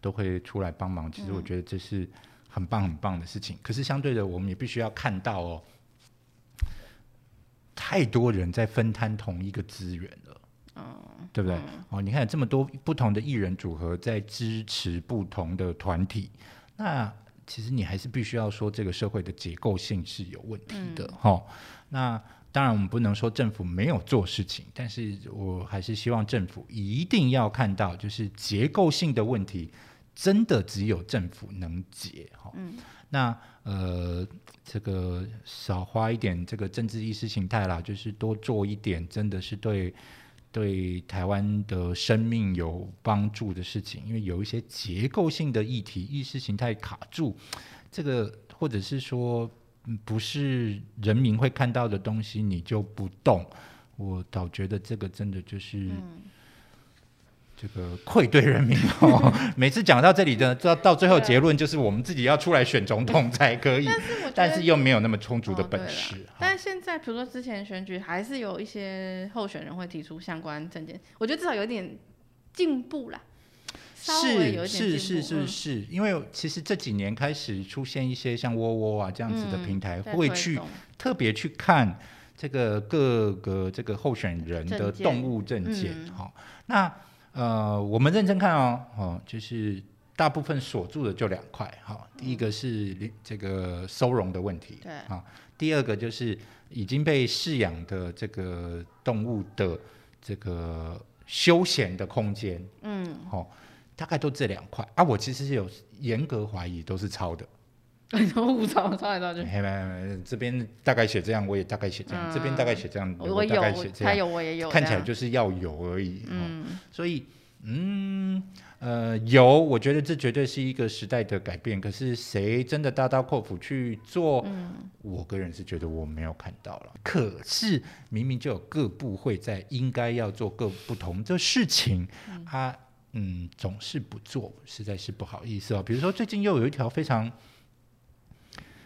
Speaker 1: 都会出来帮忙。其实我觉得这是很棒很棒的事情。可是相对的，我们也必须要看到哦，太多人在分摊同一个资源了。
Speaker 2: 嗯，
Speaker 1: 对不对
Speaker 2: 嗯？
Speaker 1: 哦，你看这么多不同的艺人组合在支持不同的团体，那其实你还是必须要说这个社会的结构性是有问题的哈、齁那当然，我们不能说政府没有做事情，但是我还是希望政府一定要看到，就是结构性的问题真的只有政府能解哈、齁
Speaker 2: 嗯
Speaker 1: 那呃，这个少花一点这个政治意识形态啦，就是多做一点，真的是对对台湾的生命有帮助的事情。因为有一些结构性的议题，意识形态卡住，这个或者是说嗯不是人民会看到的东西，你就不动。我倒觉得这个真的就是
Speaker 2: 嗯，
Speaker 1: 这个愧对人民哦。 每次讲到这里的，到到最后
Speaker 2: 对啊
Speaker 1: 结论就是我们自己要出来选总统才可以。
Speaker 2: 但是我觉得，
Speaker 1: 但是又没有那么充足的
Speaker 2: 哦
Speaker 1: 本
Speaker 2: 对啦
Speaker 1: 事。
Speaker 2: 但是现在比如说之前选举，还是有一些候选人会提出相关证件，我觉得至少有点进步啦，稍微有
Speaker 1: 是
Speaker 2: 一
Speaker 1: 是
Speaker 2: 点进步
Speaker 1: 是是
Speaker 2: 嗯
Speaker 1: 是，因为其实这几年开始出现一些像窝窝啊这样子的
Speaker 2: 嗯
Speaker 1: 平台，
Speaker 2: 在
Speaker 1: 会
Speaker 2: 推
Speaker 1: 去
Speaker 2: 动
Speaker 1: 特别去看这个各个这个候选人的
Speaker 2: 证件
Speaker 1: 动物证件
Speaker 2: 嗯。
Speaker 1: 好、那呃，我们认真看哦，哦，就是大部分锁住的就两块。好、第一个是离这个收容的问题，
Speaker 2: 嗯对
Speaker 1: 啊、第二个就是已经被饲养的这个动物的这个休闲的空间。
Speaker 2: 嗯，
Speaker 1: 哦，大概都这两块啊。我其实是有严格怀疑都是抄的，
Speaker 2: 然后
Speaker 1: 嗯
Speaker 2: 误操抄来抄去，
Speaker 1: 没没没，这边大概写这样，我也大概写这样，这边大概写这样，
Speaker 2: 我我
Speaker 1: 大
Speaker 2: 嗯有
Speaker 1: 概写这
Speaker 2: 他
Speaker 1: 样，
Speaker 2: 有我也有，
Speaker 1: 看起
Speaker 2: 这
Speaker 1: 来
Speaker 2: 样
Speaker 1: 就是要有而已。哦、
Speaker 2: 嗯
Speaker 1: 所以。嗯，呃，有，我觉得这绝对是一个时代的改变。可是谁真的大刀阔斧去做？
Speaker 2: 嗯
Speaker 1: 我个人是觉得我没有看到了。可是明明就有各部会在应该要做各不同的事情，啊，嗯，总是不做，实在是不好意思哦。比如说最近又有一条非常，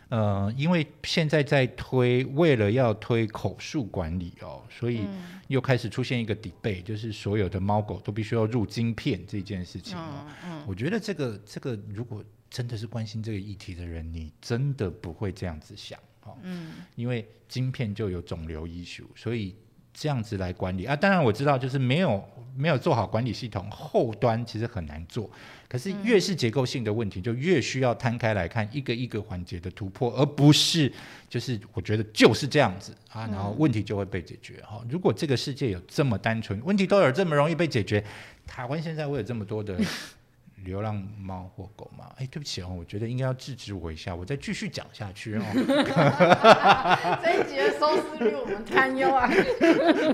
Speaker 1: 呃，因为现在在推，为了要推口述管理哦，所以
Speaker 2: 嗯
Speaker 1: 又开始出现一个 debate，就是所有的猫狗都必须要入晶片这件事情、哦。
Speaker 2: 嗯嗯，
Speaker 1: 我觉得这个这个，如果真的是关心这个议题的人，你真的不会这样子想哦，
Speaker 2: 嗯
Speaker 1: 因为晶片就有肿瘤 issue，所以这样子来管理啊。当然我知道，就是没有没有做好管理系统，后端其实很难做。可是越是结构性的问题，就越需要摊开来看一个一个环节的突破，而不是就是我觉得就是这样子啊，然后问题就会被解决哈、哦如果这个世界有这么单纯，问题都有这么容易被解决，台湾现在会有这么多的 流浪猫或狗吗？哎，对不起哦，我觉得应该要制止我一下，我再继续讲下去哦。
Speaker 2: 这一集的收视率我们堪忧 啊，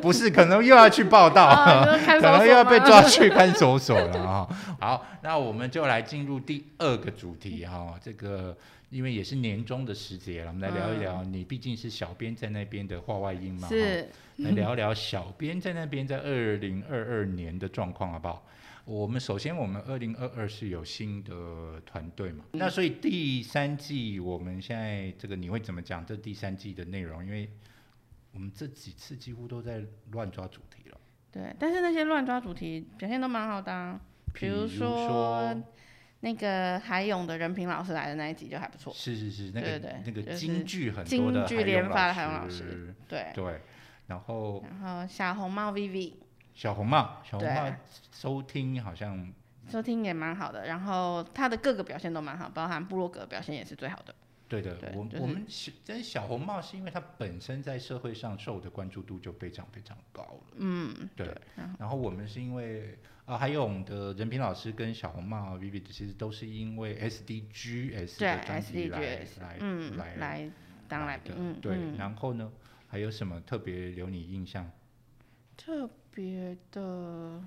Speaker 1: 不是，可能又要去报 道，
Speaker 2: 啊你说 看
Speaker 1: 可能
Speaker 2: 守
Speaker 1: 又要
Speaker 2: 所
Speaker 1: 被
Speaker 2: 吗
Speaker 1: 抓去看守所了啊、 好，那我们就来进入第二个主题哈、这个因为也是年终的时节了，我们来聊一聊。你毕竟是小编在那边的话外音嘛，哈
Speaker 2: 嗯是
Speaker 1: 来聊聊小编在那边在二零二二年的状况好不好？我们首先，我们二零二二是有新的团队嘛？
Speaker 2: 嗯
Speaker 1: 那所以第三季我们现在这个你会怎么讲这第三季的内容？因为我们这几次几乎都在乱抓主题了，
Speaker 2: 对，但是那些乱抓主题表现都蛮好的啊，比如说那个海勇的任平老师来的那一集就还不错，
Speaker 1: 是是是，那
Speaker 2: 对
Speaker 1: 个
Speaker 2: 对
Speaker 1: 那个
Speaker 2: 就是
Speaker 1: 京剧很多的
Speaker 2: 京剧连发的
Speaker 1: 海勇
Speaker 2: 海勇
Speaker 1: 老
Speaker 2: 老师
Speaker 1: 师，
Speaker 2: 对，
Speaker 1: 对，然后
Speaker 2: 然后小红帽 Vivi
Speaker 1: 小红帽，小红
Speaker 2: 对
Speaker 1: 帽收听好像
Speaker 2: 收听也蛮好的，然后他的各个表现都蛮好，包含布洛格表现也是最好的，
Speaker 1: 对的，
Speaker 2: 对
Speaker 1: 我、
Speaker 2: 就是
Speaker 1: 我们小但是小红帽是因为它本身在社会上受的关注度就非常非常高了，
Speaker 2: 嗯，
Speaker 1: 对。
Speaker 2: 然后
Speaker 1: 然后我们是因为啊，还有我们的任平老师跟小红帽 Vivi 其实都是因为 SDGs
Speaker 2: 对
Speaker 1: 的专辑来
Speaker 2: SDGs
Speaker 1: 来
Speaker 2: 嗯
Speaker 1: 来
Speaker 2: 来当来
Speaker 1: 来
Speaker 2: 宾
Speaker 1: 的，，
Speaker 2: 嗯，
Speaker 1: 对。
Speaker 2: 嗯
Speaker 1: 然后呢，还有什么特别留你印象？
Speaker 2: 特别的。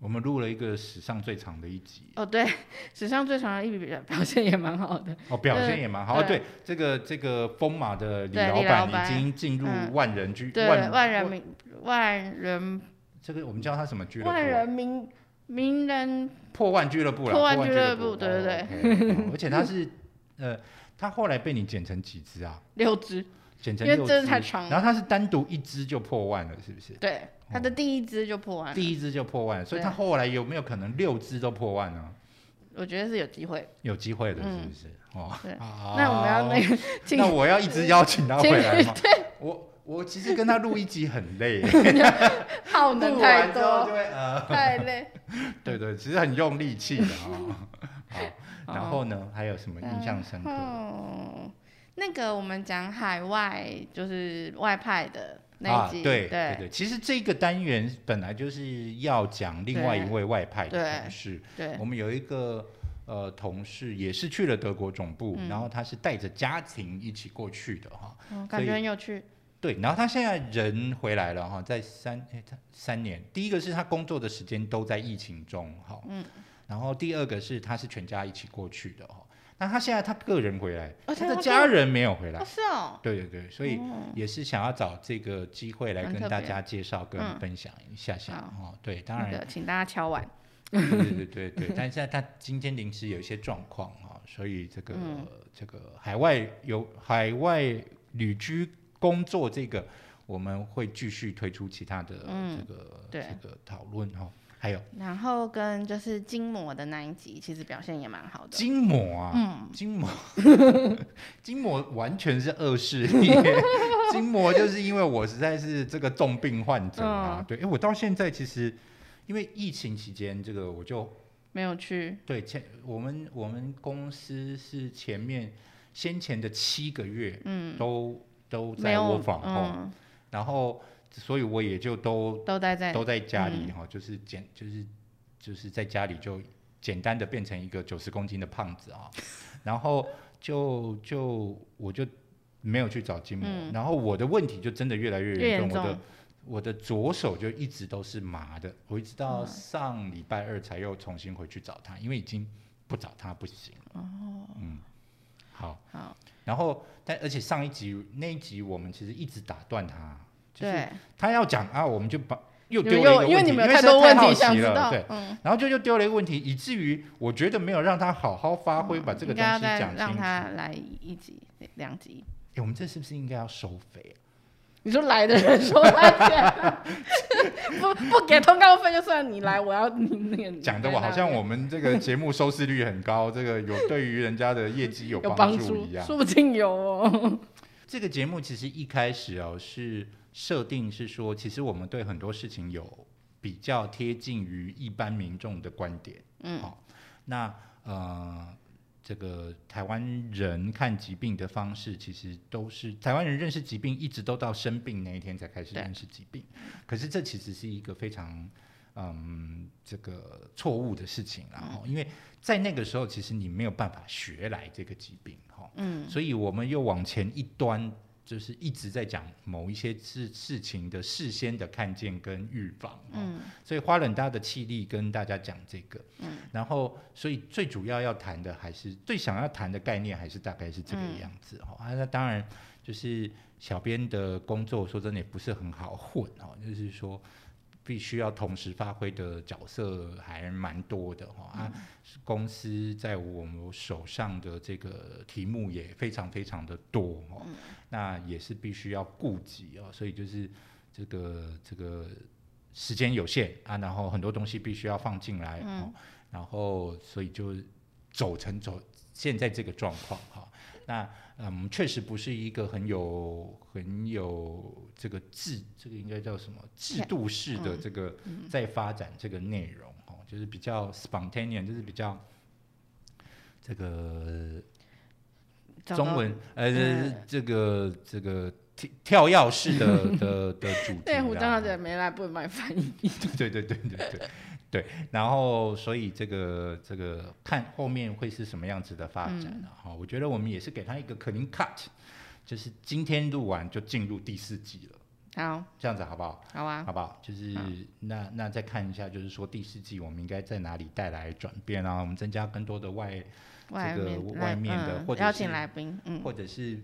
Speaker 1: 我们录了一个史上最长的一集，
Speaker 2: 哦，对， 史上最长的一笔表表现也蛮 好的，
Speaker 1: 哦，表现
Speaker 2: 对
Speaker 1: 也蛮好。哦，
Speaker 2: 对
Speaker 1: 对，这个这个疯马的李
Speaker 2: 对李
Speaker 1: 老
Speaker 2: 老
Speaker 1: 板已
Speaker 2: 板
Speaker 1: 经进入
Speaker 2: 嗯
Speaker 1: 万人俱、
Speaker 2: 对，
Speaker 1: 万
Speaker 2: 万人民万人
Speaker 1: 这个我们叫他什么俱乐部啊？
Speaker 2: 万人民名人，
Speaker 1: 破万俱乐部啦，
Speaker 2: 破万
Speaker 1: 万
Speaker 2: 俱乐部对对
Speaker 1: 对对。哦而且他是呃，他后来被你剪成几只啊？
Speaker 2: 六支，
Speaker 1: 剪成
Speaker 2: 因为
Speaker 1: 六
Speaker 2: 真
Speaker 1: 只
Speaker 2: 的太长了
Speaker 1: 然后他是单独一只就破万了，是不是？
Speaker 2: 对，他的第一支就破万了，
Speaker 1: 第一只就破万了，所以
Speaker 2: 哎对
Speaker 1: 他后来有没有可能六只都破万呢？
Speaker 2: 我觉得是有机会。
Speaker 1: 有机会的，是不是？哦
Speaker 2: 嗯对，
Speaker 1: 好
Speaker 2: 那我们要那个进
Speaker 1: 那我要一直邀请他
Speaker 2: 请
Speaker 1: 回来吗？我我其实跟他录一集很 累，
Speaker 2: 耗能
Speaker 1: 录
Speaker 2: 太
Speaker 1: 完之后
Speaker 2: 多
Speaker 1: 就，会呃，
Speaker 2: 太累。
Speaker 1: 对对，其实很用力气的 啊。好， 然
Speaker 2: 哦
Speaker 1: 后呢，还有什么印象深刻的？
Speaker 2: 哦，那个我们讲海外就是外派的那
Speaker 1: 啊
Speaker 2: 一集，，
Speaker 1: 对
Speaker 2: 对
Speaker 1: 对，其实这个单元本来就是要讲另外一
Speaker 2: 对
Speaker 1: 位外派的
Speaker 2: 对
Speaker 1: 同事，
Speaker 2: 对
Speaker 1: 我们有一个呃同事也是去了德国总部，
Speaker 2: 嗯
Speaker 1: 然后他是带着家庭一起过去的哈。
Speaker 2: 哦
Speaker 1: 所
Speaker 2: 感觉
Speaker 1: 以
Speaker 2: 很有趣。
Speaker 1: 对，然后他现在人回来了哈，在三诶他三年，第一个是他工作的时间都在疫情中哈，
Speaker 2: 嗯，
Speaker 1: 然后第二个是他是全家一起过去的哈。那他现在他个人回来，
Speaker 2: 哦
Speaker 1: 他
Speaker 2: 他
Speaker 1: 的
Speaker 2: 个
Speaker 1: 家人没有回来
Speaker 2: 哦，，是哦，
Speaker 1: 对对啊对，所以
Speaker 2: 哦
Speaker 1: 也是想要找这个机会来
Speaker 2: 蛮
Speaker 1: 跟
Speaker 2: 特
Speaker 1: 大
Speaker 2: 别
Speaker 1: 家介绍跟
Speaker 2: 嗯
Speaker 1: 分享一下下、哦。对，当
Speaker 2: 那
Speaker 1: 然
Speaker 2: 个请大家敲碗。
Speaker 1: 对对对 对，但是他今天临时有一些状况啊，所以这个、
Speaker 2: 嗯
Speaker 1: 这个海外有海外旅居工作这个，我们会继续推出其他的
Speaker 2: 嗯
Speaker 1: 这个、
Speaker 2: 对
Speaker 1: 这个讨论哈、还有
Speaker 2: 然后跟就是筋膜的那一集，其实表现也蛮好的。
Speaker 1: 筋膜啊，
Speaker 2: 嗯，
Speaker 1: 筋 膜，筋膜完全是恶 势力。筋膜就是因为我实在是这个重病患者啊，
Speaker 2: 嗯
Speaker 1: 对，哎，我到现在其实因为疫情期间，这个我就
Speaker 2: 没有去，
Speaker 1: 对，前我们我们公司是前面先前的七个月
Speaker 2: 嗯，
Speaker 1: 都、都
Speaker 2: 没
Speaker 1: 在哦
Speaker 2: 有，
Speaker 1: 我访后，
Speaker 2: 嗯，
Speaker 1: 然后所以我也就都
Speaker 2: 都待在
Speaker 1: 都在家里
Speaker 2: 嗯
Speaker 1: 哈、就是简就是就是在家里就简单的变成一个九十公斤的胖子啊，然后就就我就没有去找筋膜，
Speaker 2: 嗯
Speaker 1: 然后我的问题就真的越来越
Speaker 2: 越
Speaker 1: 严
Speaker 2: 严
Speaker 1: 重，我的
Speaker 2: 重，
Speaker 1: 我的左手就一直都是麻的，我一直到
Speaker 2: 嗯
Speaker 1: 上礼拜二才又重新回去找他，因为已经不找他不行。哦，嗯，好，
Speaker 2: 好，
Speaker 1: 然后但而且上一集那一集我们其实一直打断他，就是
Speaker 2: 对，
Speaker 1: 他要讲啊，我们就把又
Speaker 2: 你
Speaker 1: 丢
Speaker 2: 们
Speaker 1: 了一个问
Speaker 2: 又
Speaker 1: 题，
Speaker 2: 因为你们
Speaker 1: 实
Speaker 2: 有太
Speaker 1: 在
Speaker 2: 多问
Speaker 1: 好
Speaker 2: 题
Speaker 1: 奇
Speaker 2: 想知
Speaker 1: 了，
Speaker 2: 道
Speaker 1: 对，，
Speaker 2: 嗯，
Speaker 1: 然后就又丢了一个问题，以至于我觉得没有让他好好发挥，把这个东
Speaker 2: 应该
Speaker 1: 西
Speaker 2: 要再
Speaker 1: 讲清
Speaker 2: 让
Speaker 1: 楚。
Speaker 2: 他来一集 两集。
Speaker 1: 哎哎，我们这是不是应该要收费啊？
Speaker 2: 你说来的人说来钱，不不给通告费就算你来，我要你那个
Speaker 1: 讲的我好像我们这个节目收视率很高，这个有对于人家的业绩有
Speaker 2: 有
Speaker 1: 帮
Speaker 2: 助
Speaker 1: 一，样。
Speaker 2: 说不定有哦。
Speaker 1: 这个节目其实一开始哦是设定是说，其实我们对很多事情有比较贴近于一般民众的观点。
Speaker 2: 嗯
Speaker 1: 好、那呃，这个台湾人看疾病的方式，其实都是台湾人认识疾病，一直都到生病那一天才开始
Speaker 2: 对
Speaker 1: 认识疾病。可是这其实是一个非常嗯，这个错误的事情
Speaker 2: 嗯
Speaker 1: 啦，然后、因为在那个时候，其实你没有办法学来这个疾病哈。哦
Speaker 2: 嗯
Speaker 1: 所以我们又往前一端，就是一直在讲某一些事事情的事先的看见跟预防、哦。
Speaker 2: 嗯
Speaker 1: 所以花了很大的气力跟大家讲这个，
Speaker 2: 嗯
Speaker 1: 然后所以最主要要谈的还是最想要谈的概念还是大概是这个
Speaker 2: 嗯
Speaker 1: 样子哈、哦啊那当然就是小编的工作，说真的也不是很好混哦，就是说必须要同时发挥的角色还蛮多的哈、哦、啊，
Speaker 2: 嗯
Speaker 1: 公司在我们手上的这个题目也非常非常的多哦，
Speaker 2: 嗯
Speaker 1: 那也是必须要顾及哦，所以就是这个这个时间有限啊，然后很多东西必须要放进来、
Speaker 2: 嗯
Speaker 1: 哦，然后所以就走成走现在这个状况哈、那嗯，确实不是一个很有很有这个制，这个应该叫什么制度式的
Speaker 2: 嗯
Speaker 1: 这个在发展这个内容哦，就是比较 spontaneous，就是比较这个
Speaker 2: 糟糕
Speaker 1: 中文呃
Speaker 2: 嗯
Speaker 1: 这个这个跳跳跃式的 的的主题
Speaker 2: 对
Speaker 1: 啦。哦
Speaker 2: 胡张小姐没来，不能帮你翻译。
Speaker 1: 对对对对对对，然后所以这个这个看后面会是什么样子的发展啊？哈、我觉得我们也是给他一个 clean cut，就是今天录完就进入第四季了，
Speaker 2: 好
Speaker 1: 这样子好不好？
Speaker 2: 好啊，
Speaker 1: 好不好？就是、那那再看一下，就是说第四季我们应该在哪里带来转变啊？我们增加更多的外，
Speaker 2: 外
Speaker 1: 这个
Speaker 2: 面
Speaker 1: 外
Speaker 2: 来
Speaker 1: 面的
Speaker 2: 嗯
Speaker 1: 或者
Speaker 2: 邀
Speaker 1: 是
Speaker 2: 请来宾，嗯，
Speaker 1: 或者是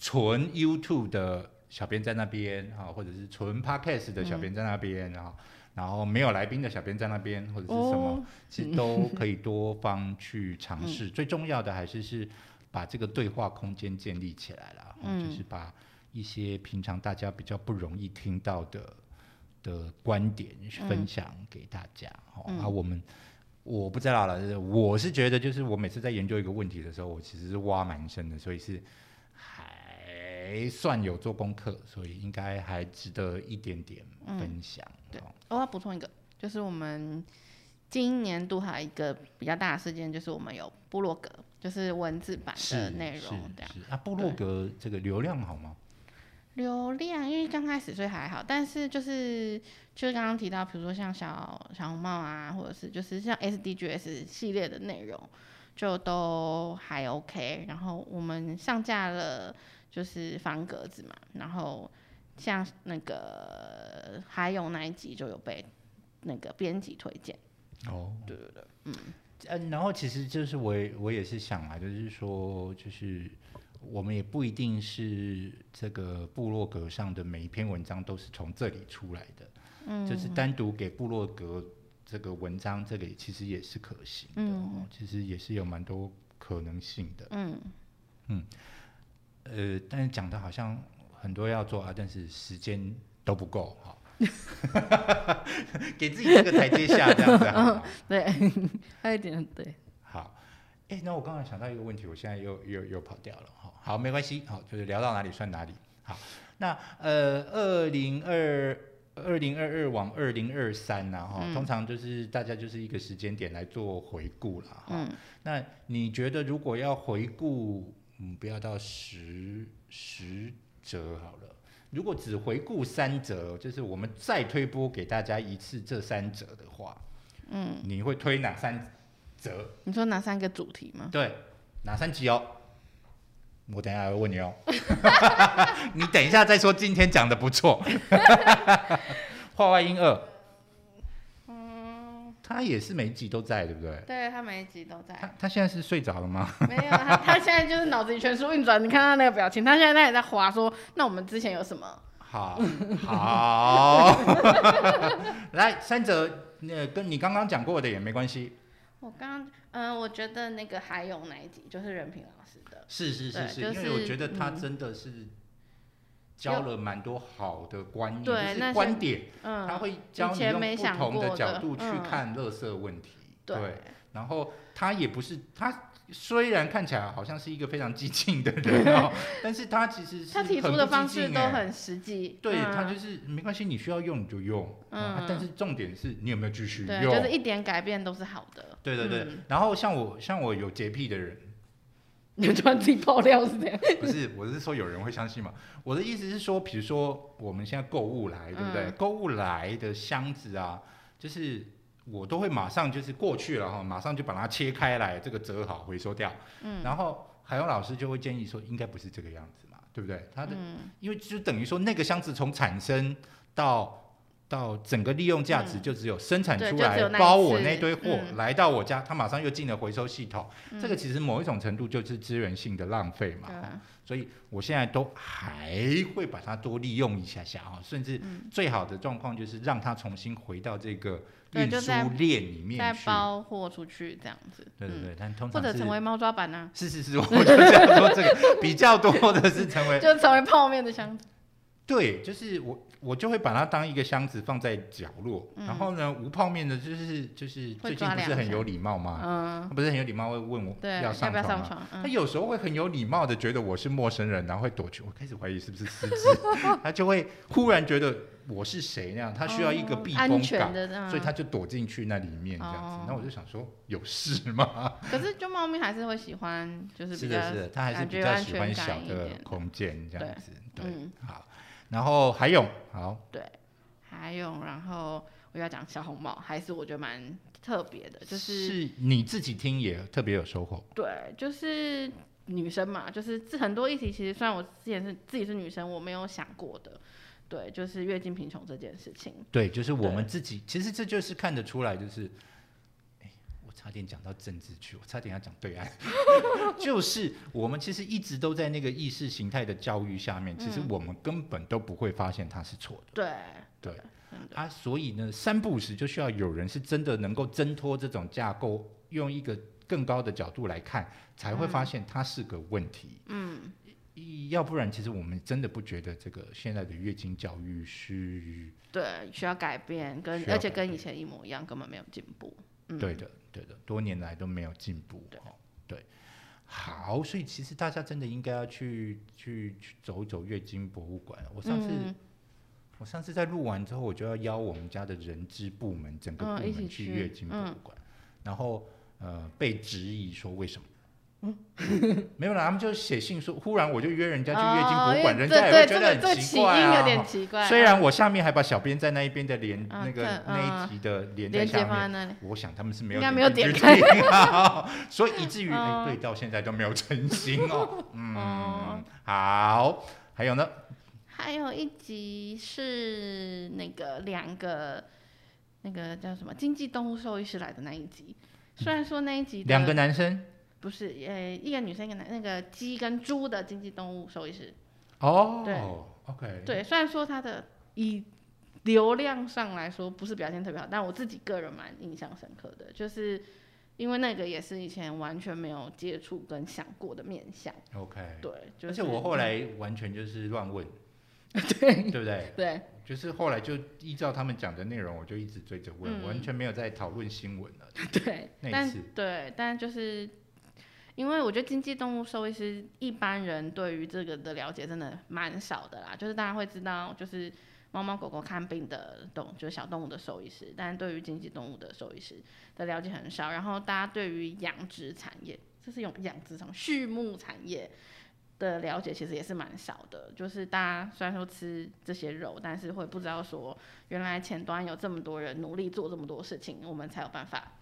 Speaker 1: 纯 YouTube 的小编在那边啊，或者是纯 Podcast 的小编在那边啊。然后没有来宾的小编在那边，或者是什么，
Speaker 2: 哦
Speaker 1: 其实都可以多方去尝试。
Speaker 2: 嗯
Speaker 1: 最重要的还是是把这个对话空间建立起来了，
Speaker 2: 嗯
Speaker 1: 就是把一些平常大家比较不容易听到的的观点分享给大家。哦、
Speaker 2: 嗯
Speaker 1: 啊，我们我不知道了，就是我是觉得，就是我每次在研究一个问题的时候，我其实是挖蛮深的，所以是还算有做功课，所以应该还值得一点点分享。
Speaker 2: 嗯对
Speaker 1: 哦，
Speaker 2: 我要补充一个，就是我们今年度还有一个比较大的事件，就是我们有部落格，就是文字版的
Speaker 1: 是
Speaker 2: 内容这
Speaker 1: 是
Speaker 2: 样。
Speaker 1: 是啊，部落格这个流量好吗？
Speaker 2: 流量，因为刚开始所以还好，但是就是就是刚刚提到，比如说像小小红帽啊，或者是就是像 SDGs 系列的内容，就都还 OK。然后我们上架了就是方格子嘛，然后像那个还有那一集就有被那个编辑推荐，
Speaker 1: 哦，
Speaker 2: 对对对，
Speaker 1: 嗯，然后其实就是我也我也是想啊，就是说，就是我们也不一定是这个部落格上的每一篇文章都是从这里出来的，嗯，就是单独给部落格这个文章，这个其实也是可行的、哦，其实也是有蛮多可能性的，
Speaker 2: 嗯，
Speaker 1: 呃，但是讲的好像很多要做啊，但是时间都不够哦哈。给自己这个台阶下，这样子好吗
Speaker 2: 对，还有一点对，
Speaker 1: 好，哎、那我刚才想到一个问题，我现在又又又跑掉了哈。好，没关系，好，就是聊到哪里算哪里。好，那呃，二零二。二零二二往二零二三呐，哈，通常就是大家就是一个时间点来做回顾啦，哈、
Speaker 2: 嗯
Speaker 1: 那你觉得如果要回顾，嗯，不要到十十折好了。如果只回顾三折，就是我们再推播给大家一次这三折的话，
Speaker 2: 嗯，
Speaker 1: 你会推哪三折？
Speaker 2: 你说哪三个主题吗？
Speaker 1: 对，哪三集哦？我等一下还会问你 哦。你等一下再说，今天讲的不错。 话外音二，
Speaker 2: 嗯，
Speaker 1: 他也是每一集都在，对不对？
Speaker 2: 对他每一集都在。
Speaker 1: 他他现在是睡着了吗？
Speaker 2: 没有，他他现在就是脑子里全速运转，你看他那个表情，他现在那也在划说，那我们之前有什么？
Speaker 1: 好， 好， 来三折，那、跟你刚刚讲过的也没关系。
Speaker 2: 我刚嗯、我觉得那个还有哪一集，就是任平老师的，
Speaker 1: 是是是
Speaker 2: 对
Speaker 1: 是，
Speaker 2: 就
Speaker 1: 因为我
Speaker 2: 是
Speaker 1: 觉得他
Speaker 2: 嗯
Speaker 1: 真的是教了蛮多好的观念，
Speaker 2: 对
Speaker 1: 就
Speaker 2: 那
Speaker 1: 是
Speaker 2: 些
Speaker 1: 观点，他
Speaker 2: 嗯，
Speaker 1: 会教
Speaker 2: 以
Speaker 1: 你
Speaker 2: 前
Speaker 1: 用
Speaker 2: 没
Speaker 1: 不
Speaker 2: 想
Speaker 1: 同的
Speaker 2: 过
Speaker 1: 角
Speaker 2: 的
Speaker 1: 度去
Speaker 2: 嗯
Speaker 1: 看垃圾问题。
Speaker 2: 对，
Speaker 1: 然后他也不是他虽然看起来好像是一个非常激进的 人哦，但是他其实是
Speaker 2: 他提出
Speaker 1: 很
Speaker 2: 的
Speaker 1: 不
Speaker 2: 方
Speaker 1: 激
Speaker 2: 式
Speaker 1: 进
Speaker 2: 都
Speaker 1: 哎
Speaker 2: 很实际，
Speaker 1: 对，
Speaker 2: 嗯、
Speaker 1: 他就是没关系，你需要用你就用，嗯啊
Speaker 2: 嗯
Speaker 1: 但是重点是你有没有继续
Speaker 2: 对，
Speaker 1: 用。
Speaker 2: 就是一点改变都是好的，
Speaker 1: 对对对
Speaker 2: 嗯，
Speaker 1: 然后像我像我有洁癖的人，
Speaker 2: 你就突然自己爆料是这样，
Speaker 1: 不是，我是说有人会相信嘛。我的意思是说，比如说我们现在购物来，对不对？
Speaker 2: 嗯
Speaker 1: 购物来的箱子啊，就是我都会马上就是过去了哈，马上就把它切开来，这个折好回收掉。
Speaker 2: 嗯
Speaker 1: 然后海洋老师就会建议说，应该不是这个样子嘛，对不对？他的、
Speaker 2: 嗯
Speaker 1: 因为就等于说那个箱子从产生到。到整个利用价值
Speaker 2: 嗯
Speaker 1: 就只有生产
Speaker 2: 对
Speaker 1: 出
Speaker 2: 就只
Speaker 1: 来
Speaker 2: 有那一
Speaker 1: 包我
Speaker 2: 次
Speaker 1: 那堆货
Speaker 2: 嗯
Speaker 1: 来到我家，它马上又进了回收系统。
Speaker 2: 嗯
Speaker 1: 这个其实某一种程度就是资源性的浪费嘛。
Speaker 2: 对，啊
Speaker 1: 所以我现在都还会把它多利用一下下啊，甚至
Speaker 2: 嗯
Speaker 1: 最好的状况就是让它重新回到这个
Speaker 2: 对
Speaker 1: 运
Speaker 2: 就
Speaker 1: 输
Speaker 2: 在
Speaker 1: 链里面
Speaker 2: 再
Speaker 1: 去。
Speaker 2: 包货出去这样子，
Speaker 1: 对对对，但通
Speaker 2: 嗯，或
Speaker 1: 常
Speaker 2: 者
Speaker 1: 是
Speaker 2: 成为猫抓板啊呢、
Speaker 1: 是是是，我就是要说这个比较多的是成为
Speaker 2: 就成为泡面的箱子，
Speaker 1: 对，就是我我就会把它当一个箱子放在角落，
Speaker 2: 嗯
Speaker 1: 然后呢无泡面的就是就是
Speaker 2: 会
Speaker 1: 最近
Speaker 2: 抓
Speaker 1: 不是
Speaker 2: 两
Speaker 1: 很
Speaker 2: 下
Speaker 1: 有礼貌吗？
Speaker 2: 嗯，
Speaker 1: 不是很有礼貌会问我
Speaker 2: 对，要
Speaker 1: 上
Speaker 2: 不要
Speaker 1: 床
Speaker 2: 上
Speaker 1: 吗？
Speaker 2: 床？
Speaker 1: 他
Speaker 2: 嗯，
Speaker 1: 有时候会很有礼貌的觉得我是陌生人，然后会躲去。我开始怀疑是不是失 智，他就会忽然觉得我是谁那样，他需要一个避
Speaker 2: 安
Speaker 1: 风
Speaker 2: 全
Speaker 1: 港，
Speaker 2: 的，嗯
Speaker 1: 所以他就躲进去那里面这样子
Speaker 2: 哦。
Speaker 1: 那、我就想说，有事吗？
Speaker 2: 可是就猫咪还是会喜欢，就是比
Speaker 1: 是
Speaker 2: 较
Speaker 1: 的，是的，他还是
Speaker 2: 感觉
Speaker 1: 比较
Speaker 2: 安
Speaker 1: 喜
Speaker 2: 全
Speaker 1: 欢
Speaker 2: 感
Speaker 1: 小
Speaker 2: 一
Speaker 1: 的
Speaker 2: 点
Speaker 1: 空间这样
Speaker 2: 对
Speaker 1: 子。对，
Speaker 2: 嗯
Speaker 1: 好。然后还有好，
Speaker 2: 还有，然后我要讲小红帽，还是我觉得蛮特别的，就是
Speaker 1: 是你自己听也特别有收获。
Speaker 2: 对，就是女生嘛，就是这很多议题，其实虽然我之前是自己是女生，我没有想过的，对，就是月经贫穷这件事情，
Speaker 1: 对，就是我
Speaker 2: 对
Speaker 1: 们自己，其实这就是看得出来，就是，哎我差点讲到政治去，我差点要讲对岸， 就是我们其实一直都在那个意识形态的教育下面，其实
Speaker 2: 嗯
Speaker 1: 我们根本都不会发现它是错的。
Speaker 2: 对，
Speaker 1: 对
Speaker 2: 真的，
Speaker 1: 啊，所以呢，三不五时就需要有人是真的能够挣脱这种架构，用一个更高的角度来看，才会发现它是个问题。
Speaker 2: 嗯，
Speaker 1: 一要不然，其实我们真的不觉得这个现在的月经教育是
Speaker 2: 对，需要改变，跟
Speaker 1: 需要
Speaker 2: 而且
Speaker 1: 改变
Speaker 2: 跟以前一模一样，根本没有进步，
Speaker 1: 对的，对的，多年来都没有进步。哦对，好，所以其实大家真的应该要去去去走一走月经博物馆。我上次、
Speaker 2: 嗯
Speaker 1: 我上次在录完之后，我就要邀我们家的人资部门整个
Speaker 2: 嗯
Speaker 1: 部
Speaker 2: 一起
Speaker 1: 门去
Speaker 2: 去嗯
Speaker 1: 月经博物馆，然后呃被质疑说为什么。
Speaker 2: 嗯
Speaker 1: 没有啦，他们就写信说，忽然我就约人家去月经博物馆，
Speaker 2: 哦
Speaker 1: 人
Speaker 2: 这
Speaker 1: 家也会
Speaker 2: 对
Speaker 1: 觉
Speaker 2: 这
Speaker 1: 得
Speaker 2: 个这
Speaker 1: 很
Speaker 2: 个
Speaker 1: 奇
Speaker 2: 起因
Speaker 1: 怪啊。
Speaker 2: 有点奇怪。嗯
Speaker 1: 虽然我下面还把小编在那一边的连、
Speaker 2: 啊
Speaker 1: 那个、
Speaker 2: 看
Speaker 1: 那
Speaker 2: 嗯
Speaker 1: 一集的连在
Speaker 2: 连接
Speaker 1: 下
Speaker 2: 放在
Speaker 1: 面，
Speaker 2: 那里，
Speaker 1: 我想他们是没有
Speaker 2: 应该没有
Speaker 1: 进去
Speaker 2: 点
Speaker 1: 听啊， 所以以至 于、哎
Speaker 2: 嗯
Speaker 1: 对到现在都没有成型 哦。嗯
Speaker 2: 哦，
Speaker 1: 好，还有呢，
Speaker 2: 还有一集是那个两个那个叫什么经济动物兽医师来的那一集。虽然说那一集的
Speaker 1: 两个男生
Speaker 2: 不是，呃，一个女生一个男，那个鸡跟猪的经济动物兽医师。
Speaker 1: 哦，
Speaker 2: 对
Speaker 1: o k，
Speaker 2: 对，虽然说它的以流量上来说不是表现特别好，但我自己个人蛮印象深刻的，就是因为那个也是以前完全没有接触跟想过的面向。
Speaker 1: ，OK，
Speaker 2: 对，就
Speaker 1: 而且
Speaker 2: 是
Speaker 1: 我后来完全就是乱问，
Speaker 2: 对
Speaker 1: 对不对？
Speaker 2: 对，
Speaker 1: 就是后来就依照他们讲的内容，我就一直追着问，
Speaker 2: 嗯
Speaker 1: 完全没有在讨论新闻了。
Speaker 2: 对，
Speaker 1: 那一
Speaker 2: 但
Speaker 1: 次
Speaker 2: 对，但就是因为我觉得经济动物兽医师一般人对于这个的了解真的蛮少的啦，就是大家会知道就是猫猫狗狗看病的动就是小动物的兽医师，但对于经济动物的兽医师的了解很少。然后大家对于养殖产业，这是用养殖场畜牧产业。的了解其实也是蛮少的，就是大家虽然说吃这些肉，但是会不知道说原来前端有这么多人努力做这么多事情，我们才有办法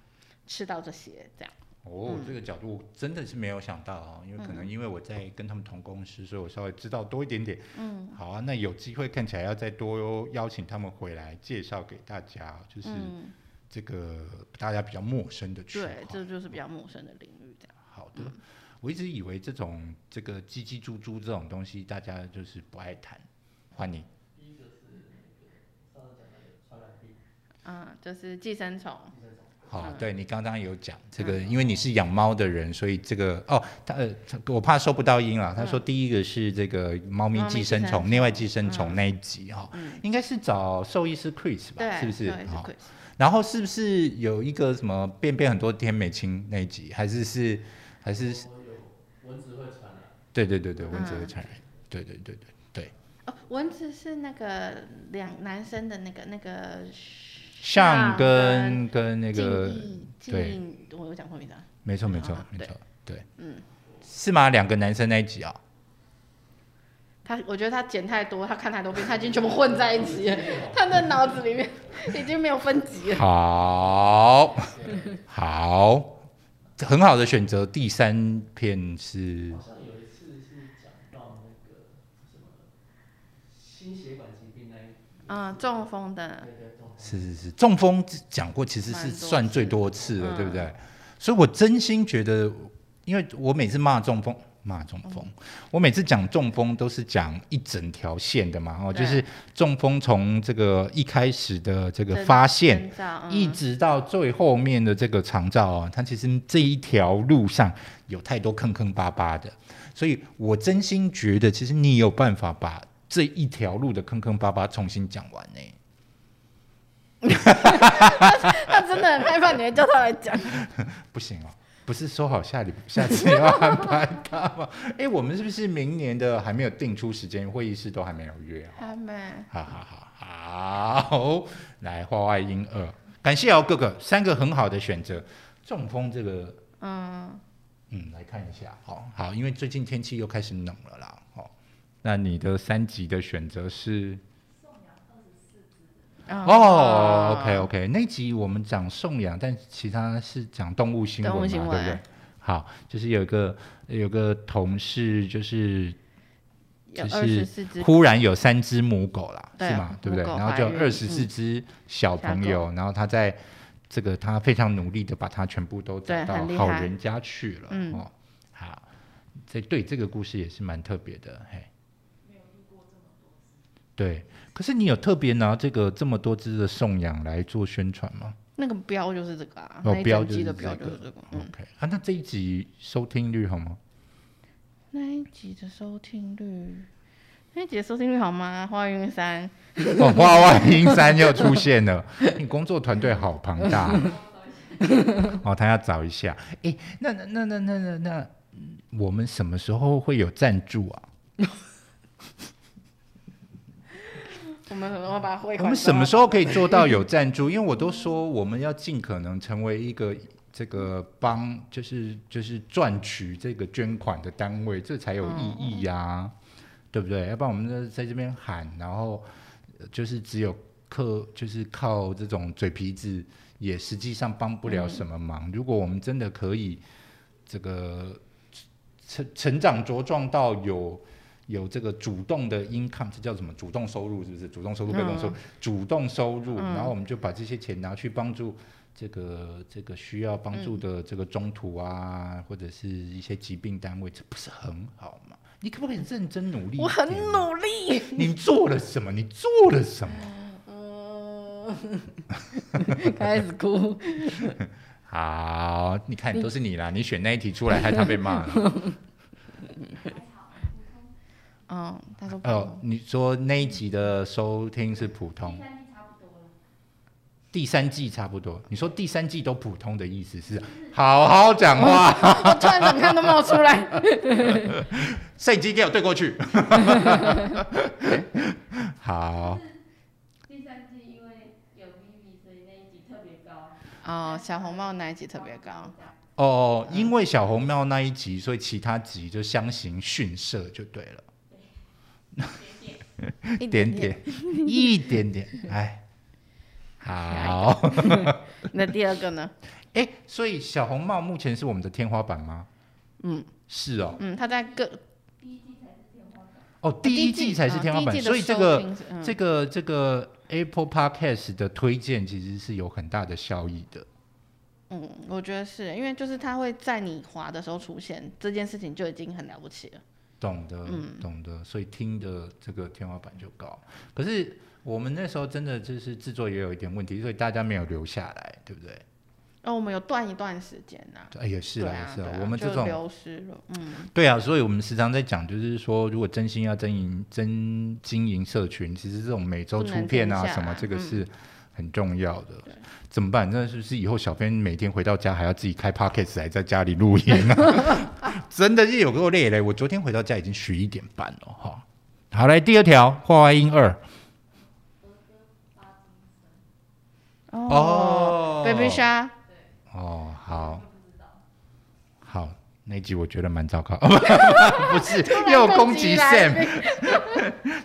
Speaker 2: 吃到这些，这样。
Speaker 1: 哦，
Speaker 2: 嗯
Speaker 1: 这个角度真的是没有想到哦，因为可能因为我在跟他们同公司，所以我稍微知道多一点点。
Speaker 2: 嗯
Speaker 1: 好啊，那有机会看起来要再多邀请他们回来介绍给大家，就是
Speaker 2: 嗯，
Speaker 1: 这个大家比较陌生的区
Speaker 2: 对
Speaker 1: 块，。
Speaker 2: 这嗯就是比较陌生的领域，这样。
Speaker 1: 好的，我一直以为这种这个叽叽猪猪这种东西，大家就是不爱谈。换你，
Speaker 2: 嗯，就是寄生虫。
Speaker 1: 好，
Speaker 2: 嗯
Speaker 1: 对你刚刚有讲这个，因为你是养猫的人，所以这个哦，他呃，他我怕收不到音了。他说第一个是这个猫咪
Speaker 2: 猫咪
Speaker 1: 寄
Speaker 2: 寄
Speaker 1: 生
Speaker 2: 生
Speaker 1: 虫、
Speaker 2: 虫
Speaker 1: 内外寄生虫那一集哈、
Speaker 2: 嗯，
Speaker 1: 应该是找兽医师 Chris 吧，
Speaker 2: 对，
Speaker 1: 是不是？
Speaker 2: 对
Speaker 1: 好，
Speaker 2: Chris
Speaker 1: 然后是不是有一个什么便便很多天美清那一集，还是是还是
Speaker 3: 蚊子会传染，
Speaker 1: 对对对对，蚊子会
Speaker 2: 嗯
Speaker 1: 传染，对对对对。
Speaker 2: 哦，蚊子是那个两男生的那个那个
Speaker 1: 像
Speaker 2: 上
Speaker 1: 跟跟那个
Speaker 2: 敬意
Speaker 1: 对
Speaker 2: 敬意，我有讲过名字啊。
Speaker 1: 没错，没错
Speaker 2: 啊，
Speaker 1: 没
Speaker 2: 对
Speaker 1: 错，对，
Speaker 2: 嗯，
Speaker 1: 是吗？两个男生那一集啊，
Speaker 2: 他我觉得他剪太多，他看太多遍，他已经全部混在一起了，他的脑子里面已经没有分级了。
Speaker 1: 好，好，很好的选择。第三片是
Speaker 3: 好像有一次是讲到那个什么心血管疾病那一
Speaker 2: 嗯，中风的，
Speaker 3: 那个东西，
Speaker 1: 是是是，中风讲过，其实
Speaker 2: 蛮
Speaker 1: 是
Speaker 2: 多
Speaker 1: 算
Speaker 2: 次
Speaker 1: 最多次了，
Speaker 2: 嗯
Speaker 1: 对不对？所以我真心觉得，因为我每次骂中风。骂中风，我每次讲中风都是讲一整条线的嘛，哦，就
Speaker 2: 对
Speaker 1: 是中风从这个一开始的这个
Speaker 2: 真
Speaker 1: 发现，
Speaker 2: 征兆，嗯
Speaker 1: 一直到最后面的这个长照啊，它其实这一条路上有太多坑坑巴巴的，所以我真心觉得，其实你有办法把这一条路的坑坑巴巴重新讲完欸呢、
Speaker 2: 他真的很害怕，你会叫他来讲。
Speaker 1: 不行哦，不是说好下礼下次要安排他吗？哎、我们是不是明年的还没有定出时间，会议室都还没有约啊？
Speaker 2: 还没。
Speaker 1: 好好好好，来话外音二，感谢哦，各个三个很好的选择，中风这个。
Speaker 2: 嗯，
Speaker 1: 嗯，来看一下，好好，因为最近天气又开始冷了啦，好，那你的三级的选择是
Speaker 2: 嗯
Speaker 1: 哦，OK
Speaker 2: 啊
Speaker 1: OK，那集我们讲送养，但其他是讲动物新闻
Speaker 2: 动
Speaker 1: 嘛，
Speaker 2: 物新闻
Speaker 1: 对不对？好，就是有一个有个同事就是
Speaker 2: 有
Speaker 1: 就是
Speaker 2: 二十四只
Speaker 1: 忽然有三只母狗啦，
Speaker 2: 对啊
Speaker 1: 是吗？对不对？
Speaker 2: 母狗
Speaker 1: 然后就
Speaker 2: 怀孕嗯
Speaker 1: 二十四只小朋友，然后他在这个他非常努力的把它全部都找
Speaker 2: 对
Speaker 1: 到
Speaker 2: 很厉害
Speaker 1: 好人家去了。
Speaker 2: 嗯
Speaker 1: 哦，好，这对这个故事也是蛮特别的，嘿。对，可是你有特别拿这个这么多只的送养来做宣传吗、
Speaker 2: 那个标就是这个啊，
Speaker 1: 哦
Speaker 2: 那一
Speaker 1: 标
Speaker 2: 整
Speaker 1: 就
Speaker 2: 集
Speaker 1: 是
Speaker 2: 的
Speaker 1: 这
Speaker 2: 标就
Speaker 1: 个
Speaker 2: 是这个。嗯，
Speaker 1: o k 啊，那这一集收听率好吗？
Speaker 2: 那一集的收听率，那一集的收听率好吗？花云山，
Speaker 1: 哦，花外音三又出现了，你工作团队好庞大。哦，他要找一下。诶，那那那那那那那，我们什么时候会有赞助啊？
Speaker 2: 我们可能会把汇
Speaker 1: 我
Speaker 2: 款。
Speaker 1: 们什么时候可以做到有赞助？因为我都说我们要尽可能成为一个这个帮，就是就是赚取这个捐款的单位，这才有意义呀、对不对？要不然我们在在这边喊，然后呃就是只有靠就是靠这种嘴皮子，也实际上帮不了什么忙。如果我们真的可以这个成成长茁壮到有有这个主动的 income，这叫什么？主动收入是不是？主动收入、被动收入、主动收入，
Speaker 2: 嗯
Speaker 1: 然后我们就把这些钱拿去帮助这个这个需要帮助的这个中途啊，
Speaker 2: 嗯
Speaker 1: 或者是一些疾病单位，这不是很好吗？你可不可以认真努力？
Speaker 2: 我很。努力。
Speaker 1: 你做了什么？你做了什么？
Speaker 2: 呃开始哭。
Speaker 1: 好，你看都是你啦，你选那一题出来，害他被骂了。
Speaker 2: 嗯，他说不
Speaker 1: 哦，你说那一集的收听是普通，第三季差不多。你说第三季都普通的意思是好好讲话，
Speaker 2: 我突然整看都冒出 来。
Speaker 1: 摄影机给我对过去。 好，
Speaker 4: 第三季因为有 Vivi，所以那一集特别高。
Speaker 2: 哦，小红帽那一集特别高。
Speaker 1: 哦，因为小红帽那一集，所以其他集就相形逊色就对了，
Speaker 2: 一
Speaker 1: 一点。点，一点点，哎，好。
Speaker 2: 那第二个呢？
Speaker 1: 哎、所以小红帽目前是我们的天花板吗？
Speaker 2: 嗯，
Speaker 1: 是哦，
Speaker 2: 嗯，他在各
Speaker 1: 哦，第一季才是天花
Speaker 2: 哦
Speaker 1: 板，
Speaker 2: 第一季的
Speaker 1: 所以这个、
Speaker 2: 收听是嗯
Speaker 1: 这个这个 Apple Podcast 的推荐其实是有很大的效益的。
Speaker 2: 嗯，我觉得是因为就是他会在你滑的时候出现，这件事情就已经很了不起了。
Speaker 1: 懂得，
Speaker 2: 嗯
Speaker 1: 懂得，所以听的这个天花板就高。可是我们那时候真的就是制作也有一点问题，所以大家没有留下来，对不对？
Speaker 2: 哦，我们有断一段时间呐、
Speaker 1: 哎，也是
Speaker 2: 对
Speaker 1: 啦，
Speaker 2: 啊，
Speaker 1: 也是
Speaker 2: 对啊
Speaker 1: 我们这
Speaker 2: 就
Speaker 1: 种
Speaker 2: 流失了，嗯，
Speaker 1: 对啊，所以我们时常在讲，就是说，如果真心要经营、真经营社群，其实这种每周出片啊
Speaker 2: 不能停下来
Speaker 1: 什么，这个
Speaker 2: 嗯
Speaker 1: 是很重要的。
Speaker 2: 对
Speaker 1: 怎么办？那是不是以后小编每天回到家还要自己开 podcast 来在家里录音啊？ 真的是有够累嘞！我昨天回到家已经十一点半了哈。好，来第二条，话外音二。哦
Speaker 2: b a b y Shark，
Speaker 1: 哦，好，好，那集我觉得蛮糟 糕，不是又
Speaker 2: 又
Speaker 1: 攻击 Sam。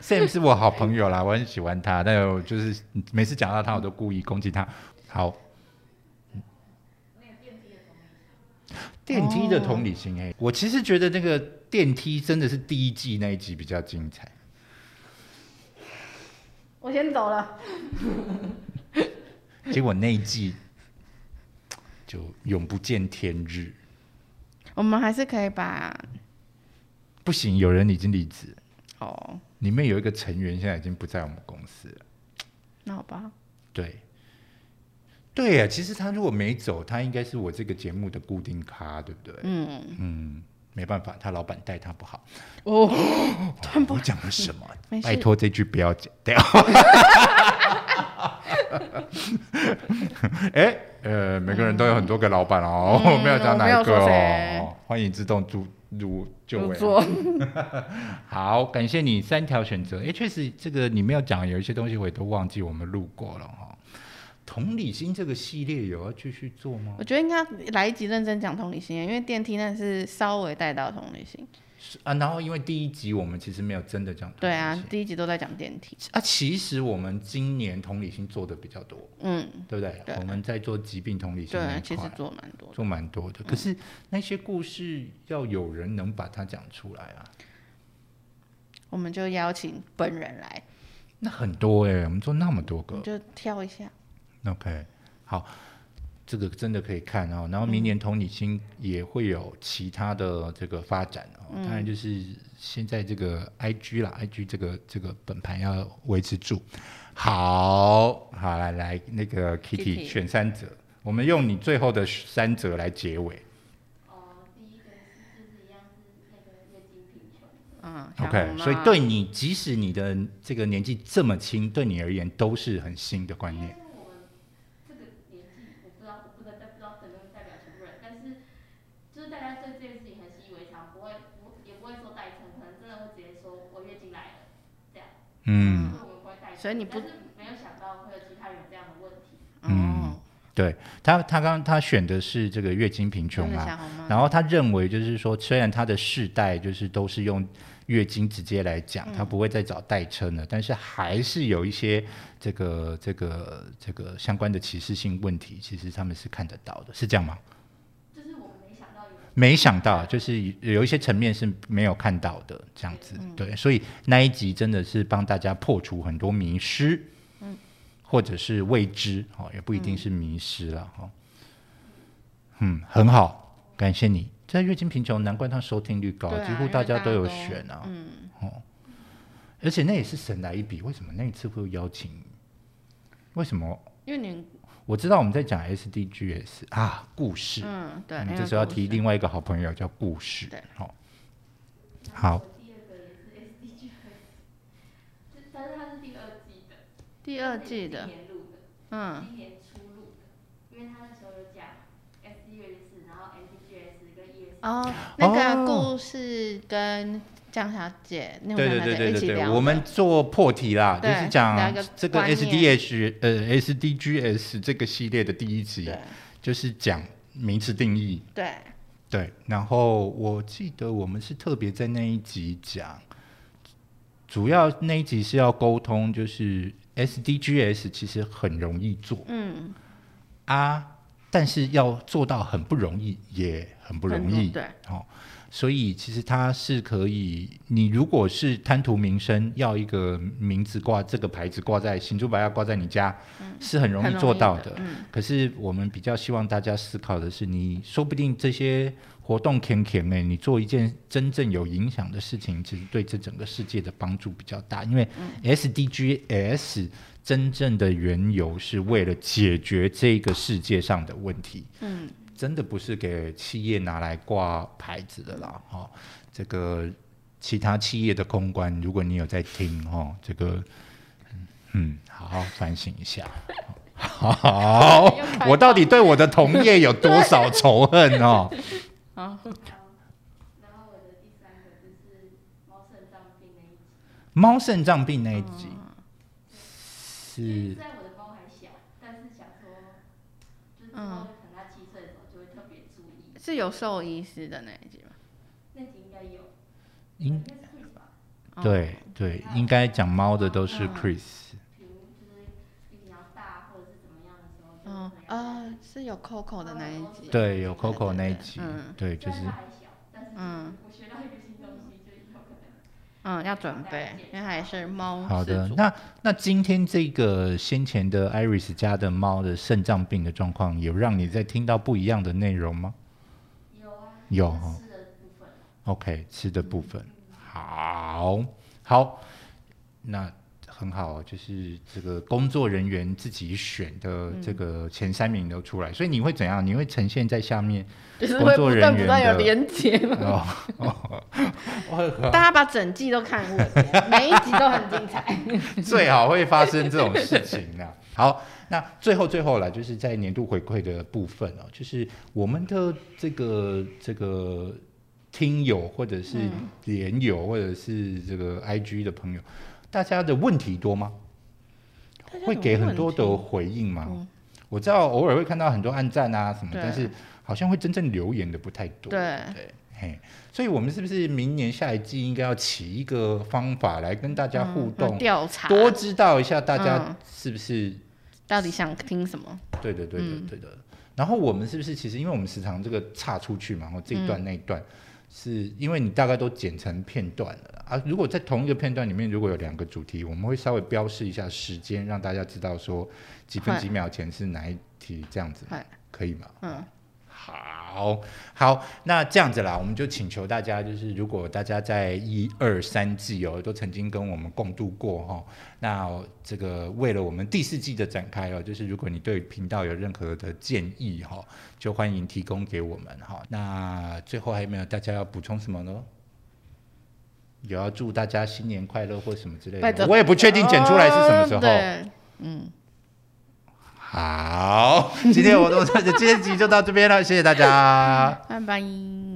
Speaker 1: Sam 是我好朋友啦，我很喜欢他，但我就是每次讲到他，我都故意攻击他。好，电梯的同理心哎、我其实觉得那个电梯真的是第一季那一集比较精 彩。
Speaker 2: 我先走了。
Speaker 1: 结果那一季就永不见天日，
Speaker 2: 我们还是可以把
Speaker 1: 不行，有人已经离职了，
Speaker 2: 哦，
Speaker 1: 里面有一个成员现在已经不在我们公司了。
Speaker 2: 那好吧，
Speaker 1: 对，对呀，其实他如果没走，他应该是我这个节目的固定咖，对不对？
Speaker 2: 嗯，
Speaker 1: 嗯，没办法，他老板带他不好。
Speaker 2: 哦，
Speaker 1: 哦我讲了什么
Speaker 2: 没？事
Speaker 1: 拜托这句不要剪掉。 哎、呃，每个人都有很多个老板哦，
Speaker 2: 嗯
Speaker 1: 我 没有讲哪一个
Speaker 2: 我没有说谁
Speaker 1: 哦。欢迎自动入入就位。啊
Speaker 2: 做，
Speaker 1: 好，感谢你三条选择。哎，确实这个你没有讲，有一些东西我也都忘记我们录过了哈、同理心这个系列有要继续做吗
Speaker 2: 我？觉得应该来一集认真讲同理心，因为电梯那是稍微带到同理心。
Speaker 1: 是啊，然后因为第一集我们其实没有真的讲同
Speaker 2: 对
Speaker 1: 理
Speaker 2: 啊
Speaker 1: 心，
Speaker 2: 第一集都在讲电梯。
Speaker 1: 啊，其实我们今年同理心做的比较多，
Speaker 2: 嗯，
Speaker 1: 对不对？
Speaker 2: 对
Speaker 1: 我们在做疾病同理心那
Speaker 2: 对
Speaker 1: 一，
Speaker 2: 其
Speaker 1: 块
Speaker 2: 实做嗯蛮多的。
Speaker 1: 做蛮多的，可是那些故事要有人能把它讲出来啊，
Speaker 2: 我们就邀请本人来，
Speaker 1: 那很多哎、我们做那么多
Speaker 2: 我
Speaker 1: 个
Speaker 2: 们就挑一下。
Speaker 1: ，OK，好，这个真的可以看哦。然后明年同理心也会有其他的这个发展哦，
Speaker 2: 嗯
Speaker 1: 当然就是现在这个 IG 啦，IG 这个这个本盘要维持住。好，好来来，那个
Speaker 2: Kitty
Speaker 1: Kitty 选三折，我们用你最后的三折来结尾。
Speaker 4: 哦，第一个是就是一样是那个月经贫穷，
Speaker 2: 嗯
Speaker 1: OK，所以对你，即使你的这个年纪这么轻，对你而言都是很新的观
Speaker 4: 因
Speaker 1: 念。
Speaker 4: 为我们这个年纪，我不知道，我不知道，不知道
Speaker 1: 嗯，
Speaker 4: 我们乖带走
Speaker 2: 所以你不
Speaker 4: 但是没有想到会有其他人有这样的问题，
Speaker 1: 嗯
Speaker 2: 哦，
Speaker 1: 他他刚他选的是这个月经贫
Speaker 2: 真
Speaker 1: 穷
Speaker 2: 的
Speaker 1: 啊，
Speaker 2: 小红帽。
Speaker 1: 然后他认为就是说，虽然他的世代就是都是用月经直接来
Speaker 4: 嗯
Speaker 1: 讲，他不会再找代称了，但是还是有一些这个这个这个相关的歧视性问题，其实他们是看得到的，是这样吗？
Speaker 4: 就是我们没想到有
Speaker 1: 没想到，就是有一些层面是没有看到的，这样子，
Speaker 4: 嗯
Speaker 1: 对，所以那一集真的是帮大家破除很多迷失，
Speaker 2: 嗯
Speaker 1: 或者是未知，哦，也不一定是迷失了，哈、嗯，很好，感谢你。在月经贫穷，难怪它收听率高，
Speaker 2: 对啊
Speaker 1: 几乎
Speaker 2: 因为大
Speaker 1: 家
Speaker 2: 家
Speaker 1: 都有
Speaker 2: 都
Speaker 1: 选啊，
Speaker 2: 嗯，
Speaker 1: 而且那也是神来一笔，为什么那一次会邀请？为什么？
Speaker 2: 因为你
Speaker 1: 我知道我们在讲 SDGs 啊，故事，
Speaker 2: 嗯对，
Speaker 1: 我
Speaker 2: 因
Speaker 1: 们
Speaker 2: 为
Speaker 1: 这时候要
Speaker 2: 故
Speaker 1: 提
Speaker 2: 事
Speaker 1: 另外一个好朋友叫故事
Speaker 2: 对，
Speaker 1: 好、好，
Speaker 4: 第二个也是 SDG，就是但是它是第二季的，
Speaker 2: 第二季的
Speaker 4: 今，年录的，
Speaker 2: 嗯
Speaker 4: 今年初录的，因为他那时候有讲 SDGs，然后 SDGs 跟 E ES，
Speaker 2: 哦，那个
Speaker 1: 哦
Speaker 2: 故事跟江小姐、那
Speaker 1: 对对
Speaker 2: 江
Speaker 1: 对对
Speaker 2: 小姐一
Speaker 1: 对
Speaker 2: 起
Speaker 1: 对，
Speaker 2: 聊的，
Speaker 1: 我们做破题啦，就
Speaker 2: 对
Speaker 1: 是讲
Speaker 2: 聊一个
Speaker 1: 这个
Speaker 2: 观念
Speaker 1: SDH 呃 SDGs 这个系列的第一集，
Speaker 2: 对
Speaker 1: 就是讲名词定义。
Speaker 2: 对
Speaker 1: 对，然后我记得我们是特别在那一集讲，主要那一集是要沟通，就是 SDGs 其实很容易做
Speaker 2: 嗯
Speaker 1: 啊，但是要做到很不容易，也很不容易。
Speaker 2: 对
Speaker 1: 哦，所以其实它是可以，你如果是贪图名声，要一个名字挂这个牌子挂在行珠白要挂在你家，是嗯很容易做到的。
Speaker 2: 嗯
Speaker 1: 可是我们比较希望大家思考的是，你说不定这些活动甜甜哎，你做一件真正有影响的事情，其实对这整个世界的帮助比较大。因为 SDGs 真正的缘由是为了解决这个世界上的问题。
Speaker 2: 嗯，
Speaker 1: 真的不是给企业拿来挂牌子的啦，哈、哦，这个其他企业的公关，如果你有在听哦，这个，嗯，好好反省一 下。好，哦我到底对我的同业有多少仇恨哦？
Speaker 2: 好，
Speaker 4: 然后我的第三个就是猫肾脏病那一集，
Speaker 1: 猫肾脏病那一集
Speaker 2: 嗯
Speaker 1: 是
Speaker 4: 因为虽然我的猫还小，但是想说，就是之
Speaker 2: 嗯
Speaker 4: 后可能它七岁的时候就会特别注意，
Speaker 2: 是有兽医师的那一集吗？
Speaker 4: 那集应该有，
Speaker 1: 应
Speaker 4: 应该是会吧，
Speaker 2: 哦
Speaker 1: 对对，应该讲猫的都是 Chris，
Speaker 4: 平就是比较大或者是怎么样的时候，
Speaker 2: 哦
Speaker 4: 就是可能要
Speaker 2: 啊，是有 Coco 的那一集，
Speaker 1: 对，有 Coco 那一集
Speaker 2: 嗯，
Speaker 1: 对，
Speaker 4: 虽
Speaker 1: 就是
Speaker 4: 然它还小，但是
Speaker 2: 嗯
Speaker 4: 我学到一个新东西，就以后可能
Speaker 2: 嗯，要准备，因为还是猫
Speaker 1: 好
Speaker 2: 饲
Speaker 1: 的
Speaker 2: 主，
Speaker 1: 那那今天这个先前的 Iris 家的猫的肾脏病的状况，有让你在听到不一样的内容吗
Speaker 4: 有啊，
Speaker 1: 有哦
Speaker 4: 就是吃的部分，
Speaker 1: ？OK，吃的部分，好，好，那很好，就是这个工作人员自己选的这个前三名都出来，所以你会怎样？你会呈现在下面
Speaker 2: 就是
Speaker 1: 工
Speaker 2: 会
Speaker 1: 作
Speaker 2: 不
Speaker 1: 人
Speaker 2: 断不
Speaker 1: 员
Speaker 2: 断有
Speaker 1: 的
Speaker 2: 连接嘛。
Speaker 1: 哦，哦
Speaker 2: 大家把整季都看过，每一集都很精彩。
Speaker 1: 最好会发生这种事情呢、好，那最后最后了，就是在年度回馈的部分哦，就是我们的这个这个听友或者是
Speaker 2: 嗯
Speaker 1: 连友或者是这个 IG 的朋友，大家的问题多吗？会给很多的回应吗？
Speaker 2: 嗯
Speaker 1: 我知道偶尔会看到很多暗赞啊什么，
Speaker 2: 对
Speaker 1: 但是好像会真正留言的不太多。
Speaker 2: 对
Speaker 1: 对，嘿，所以我们是不是明年下一季应该要起一个方法来跟大家互动
Speaker 2: 嗯、调查，
Speaker 1: 多知道一下大
Speaker 2: 嗯
Speaker 1: 家是不是、
Speaker 2: 到底想听什么？
Speaker 1: 对的，对的
Speaker 2: 嗯，
Speaker 1: 对的。然后我们是不是其实，因为我们时常这个岔出去嘛，然后这一段那一段，
Speaker 2: 嗯
Speaker 1: 是因为你大概都剪成片段了啊。如果在同一个片段里面，如果有两个主题，我们会稍微标示一下时间，让大家知道说几分
Speaker 2: 会
Speaker 1: 几秒前是哪一题，这样子
Speaker 2: 会
Speaker 1: 可以吗？
Speaker 2: 嗯，
Speaker 1: 好好，那这样子啦，我们就请求大家，就是如果大家在一二三季哦，都曾经跟我们共度过哈、哦，那这个为了我们第四季的展开哦，就是如果你对频道有任何的建议哈、哦，就欢迎提供给我们哈、那最后还有没有大家要补充什么呢？有要祝大家新年快乐或什么之类
Speaker 2: 拜
Speaker 1: 的
Speaker 2: 托
Speaker 1: 吗，我也不确定剪出来是什么时候。
Speaker 2: 哦对，嗯，
Speaker 1: 好，今天我我今天集就到这边了，谢谢大家。
Speaker 2: 拜拜。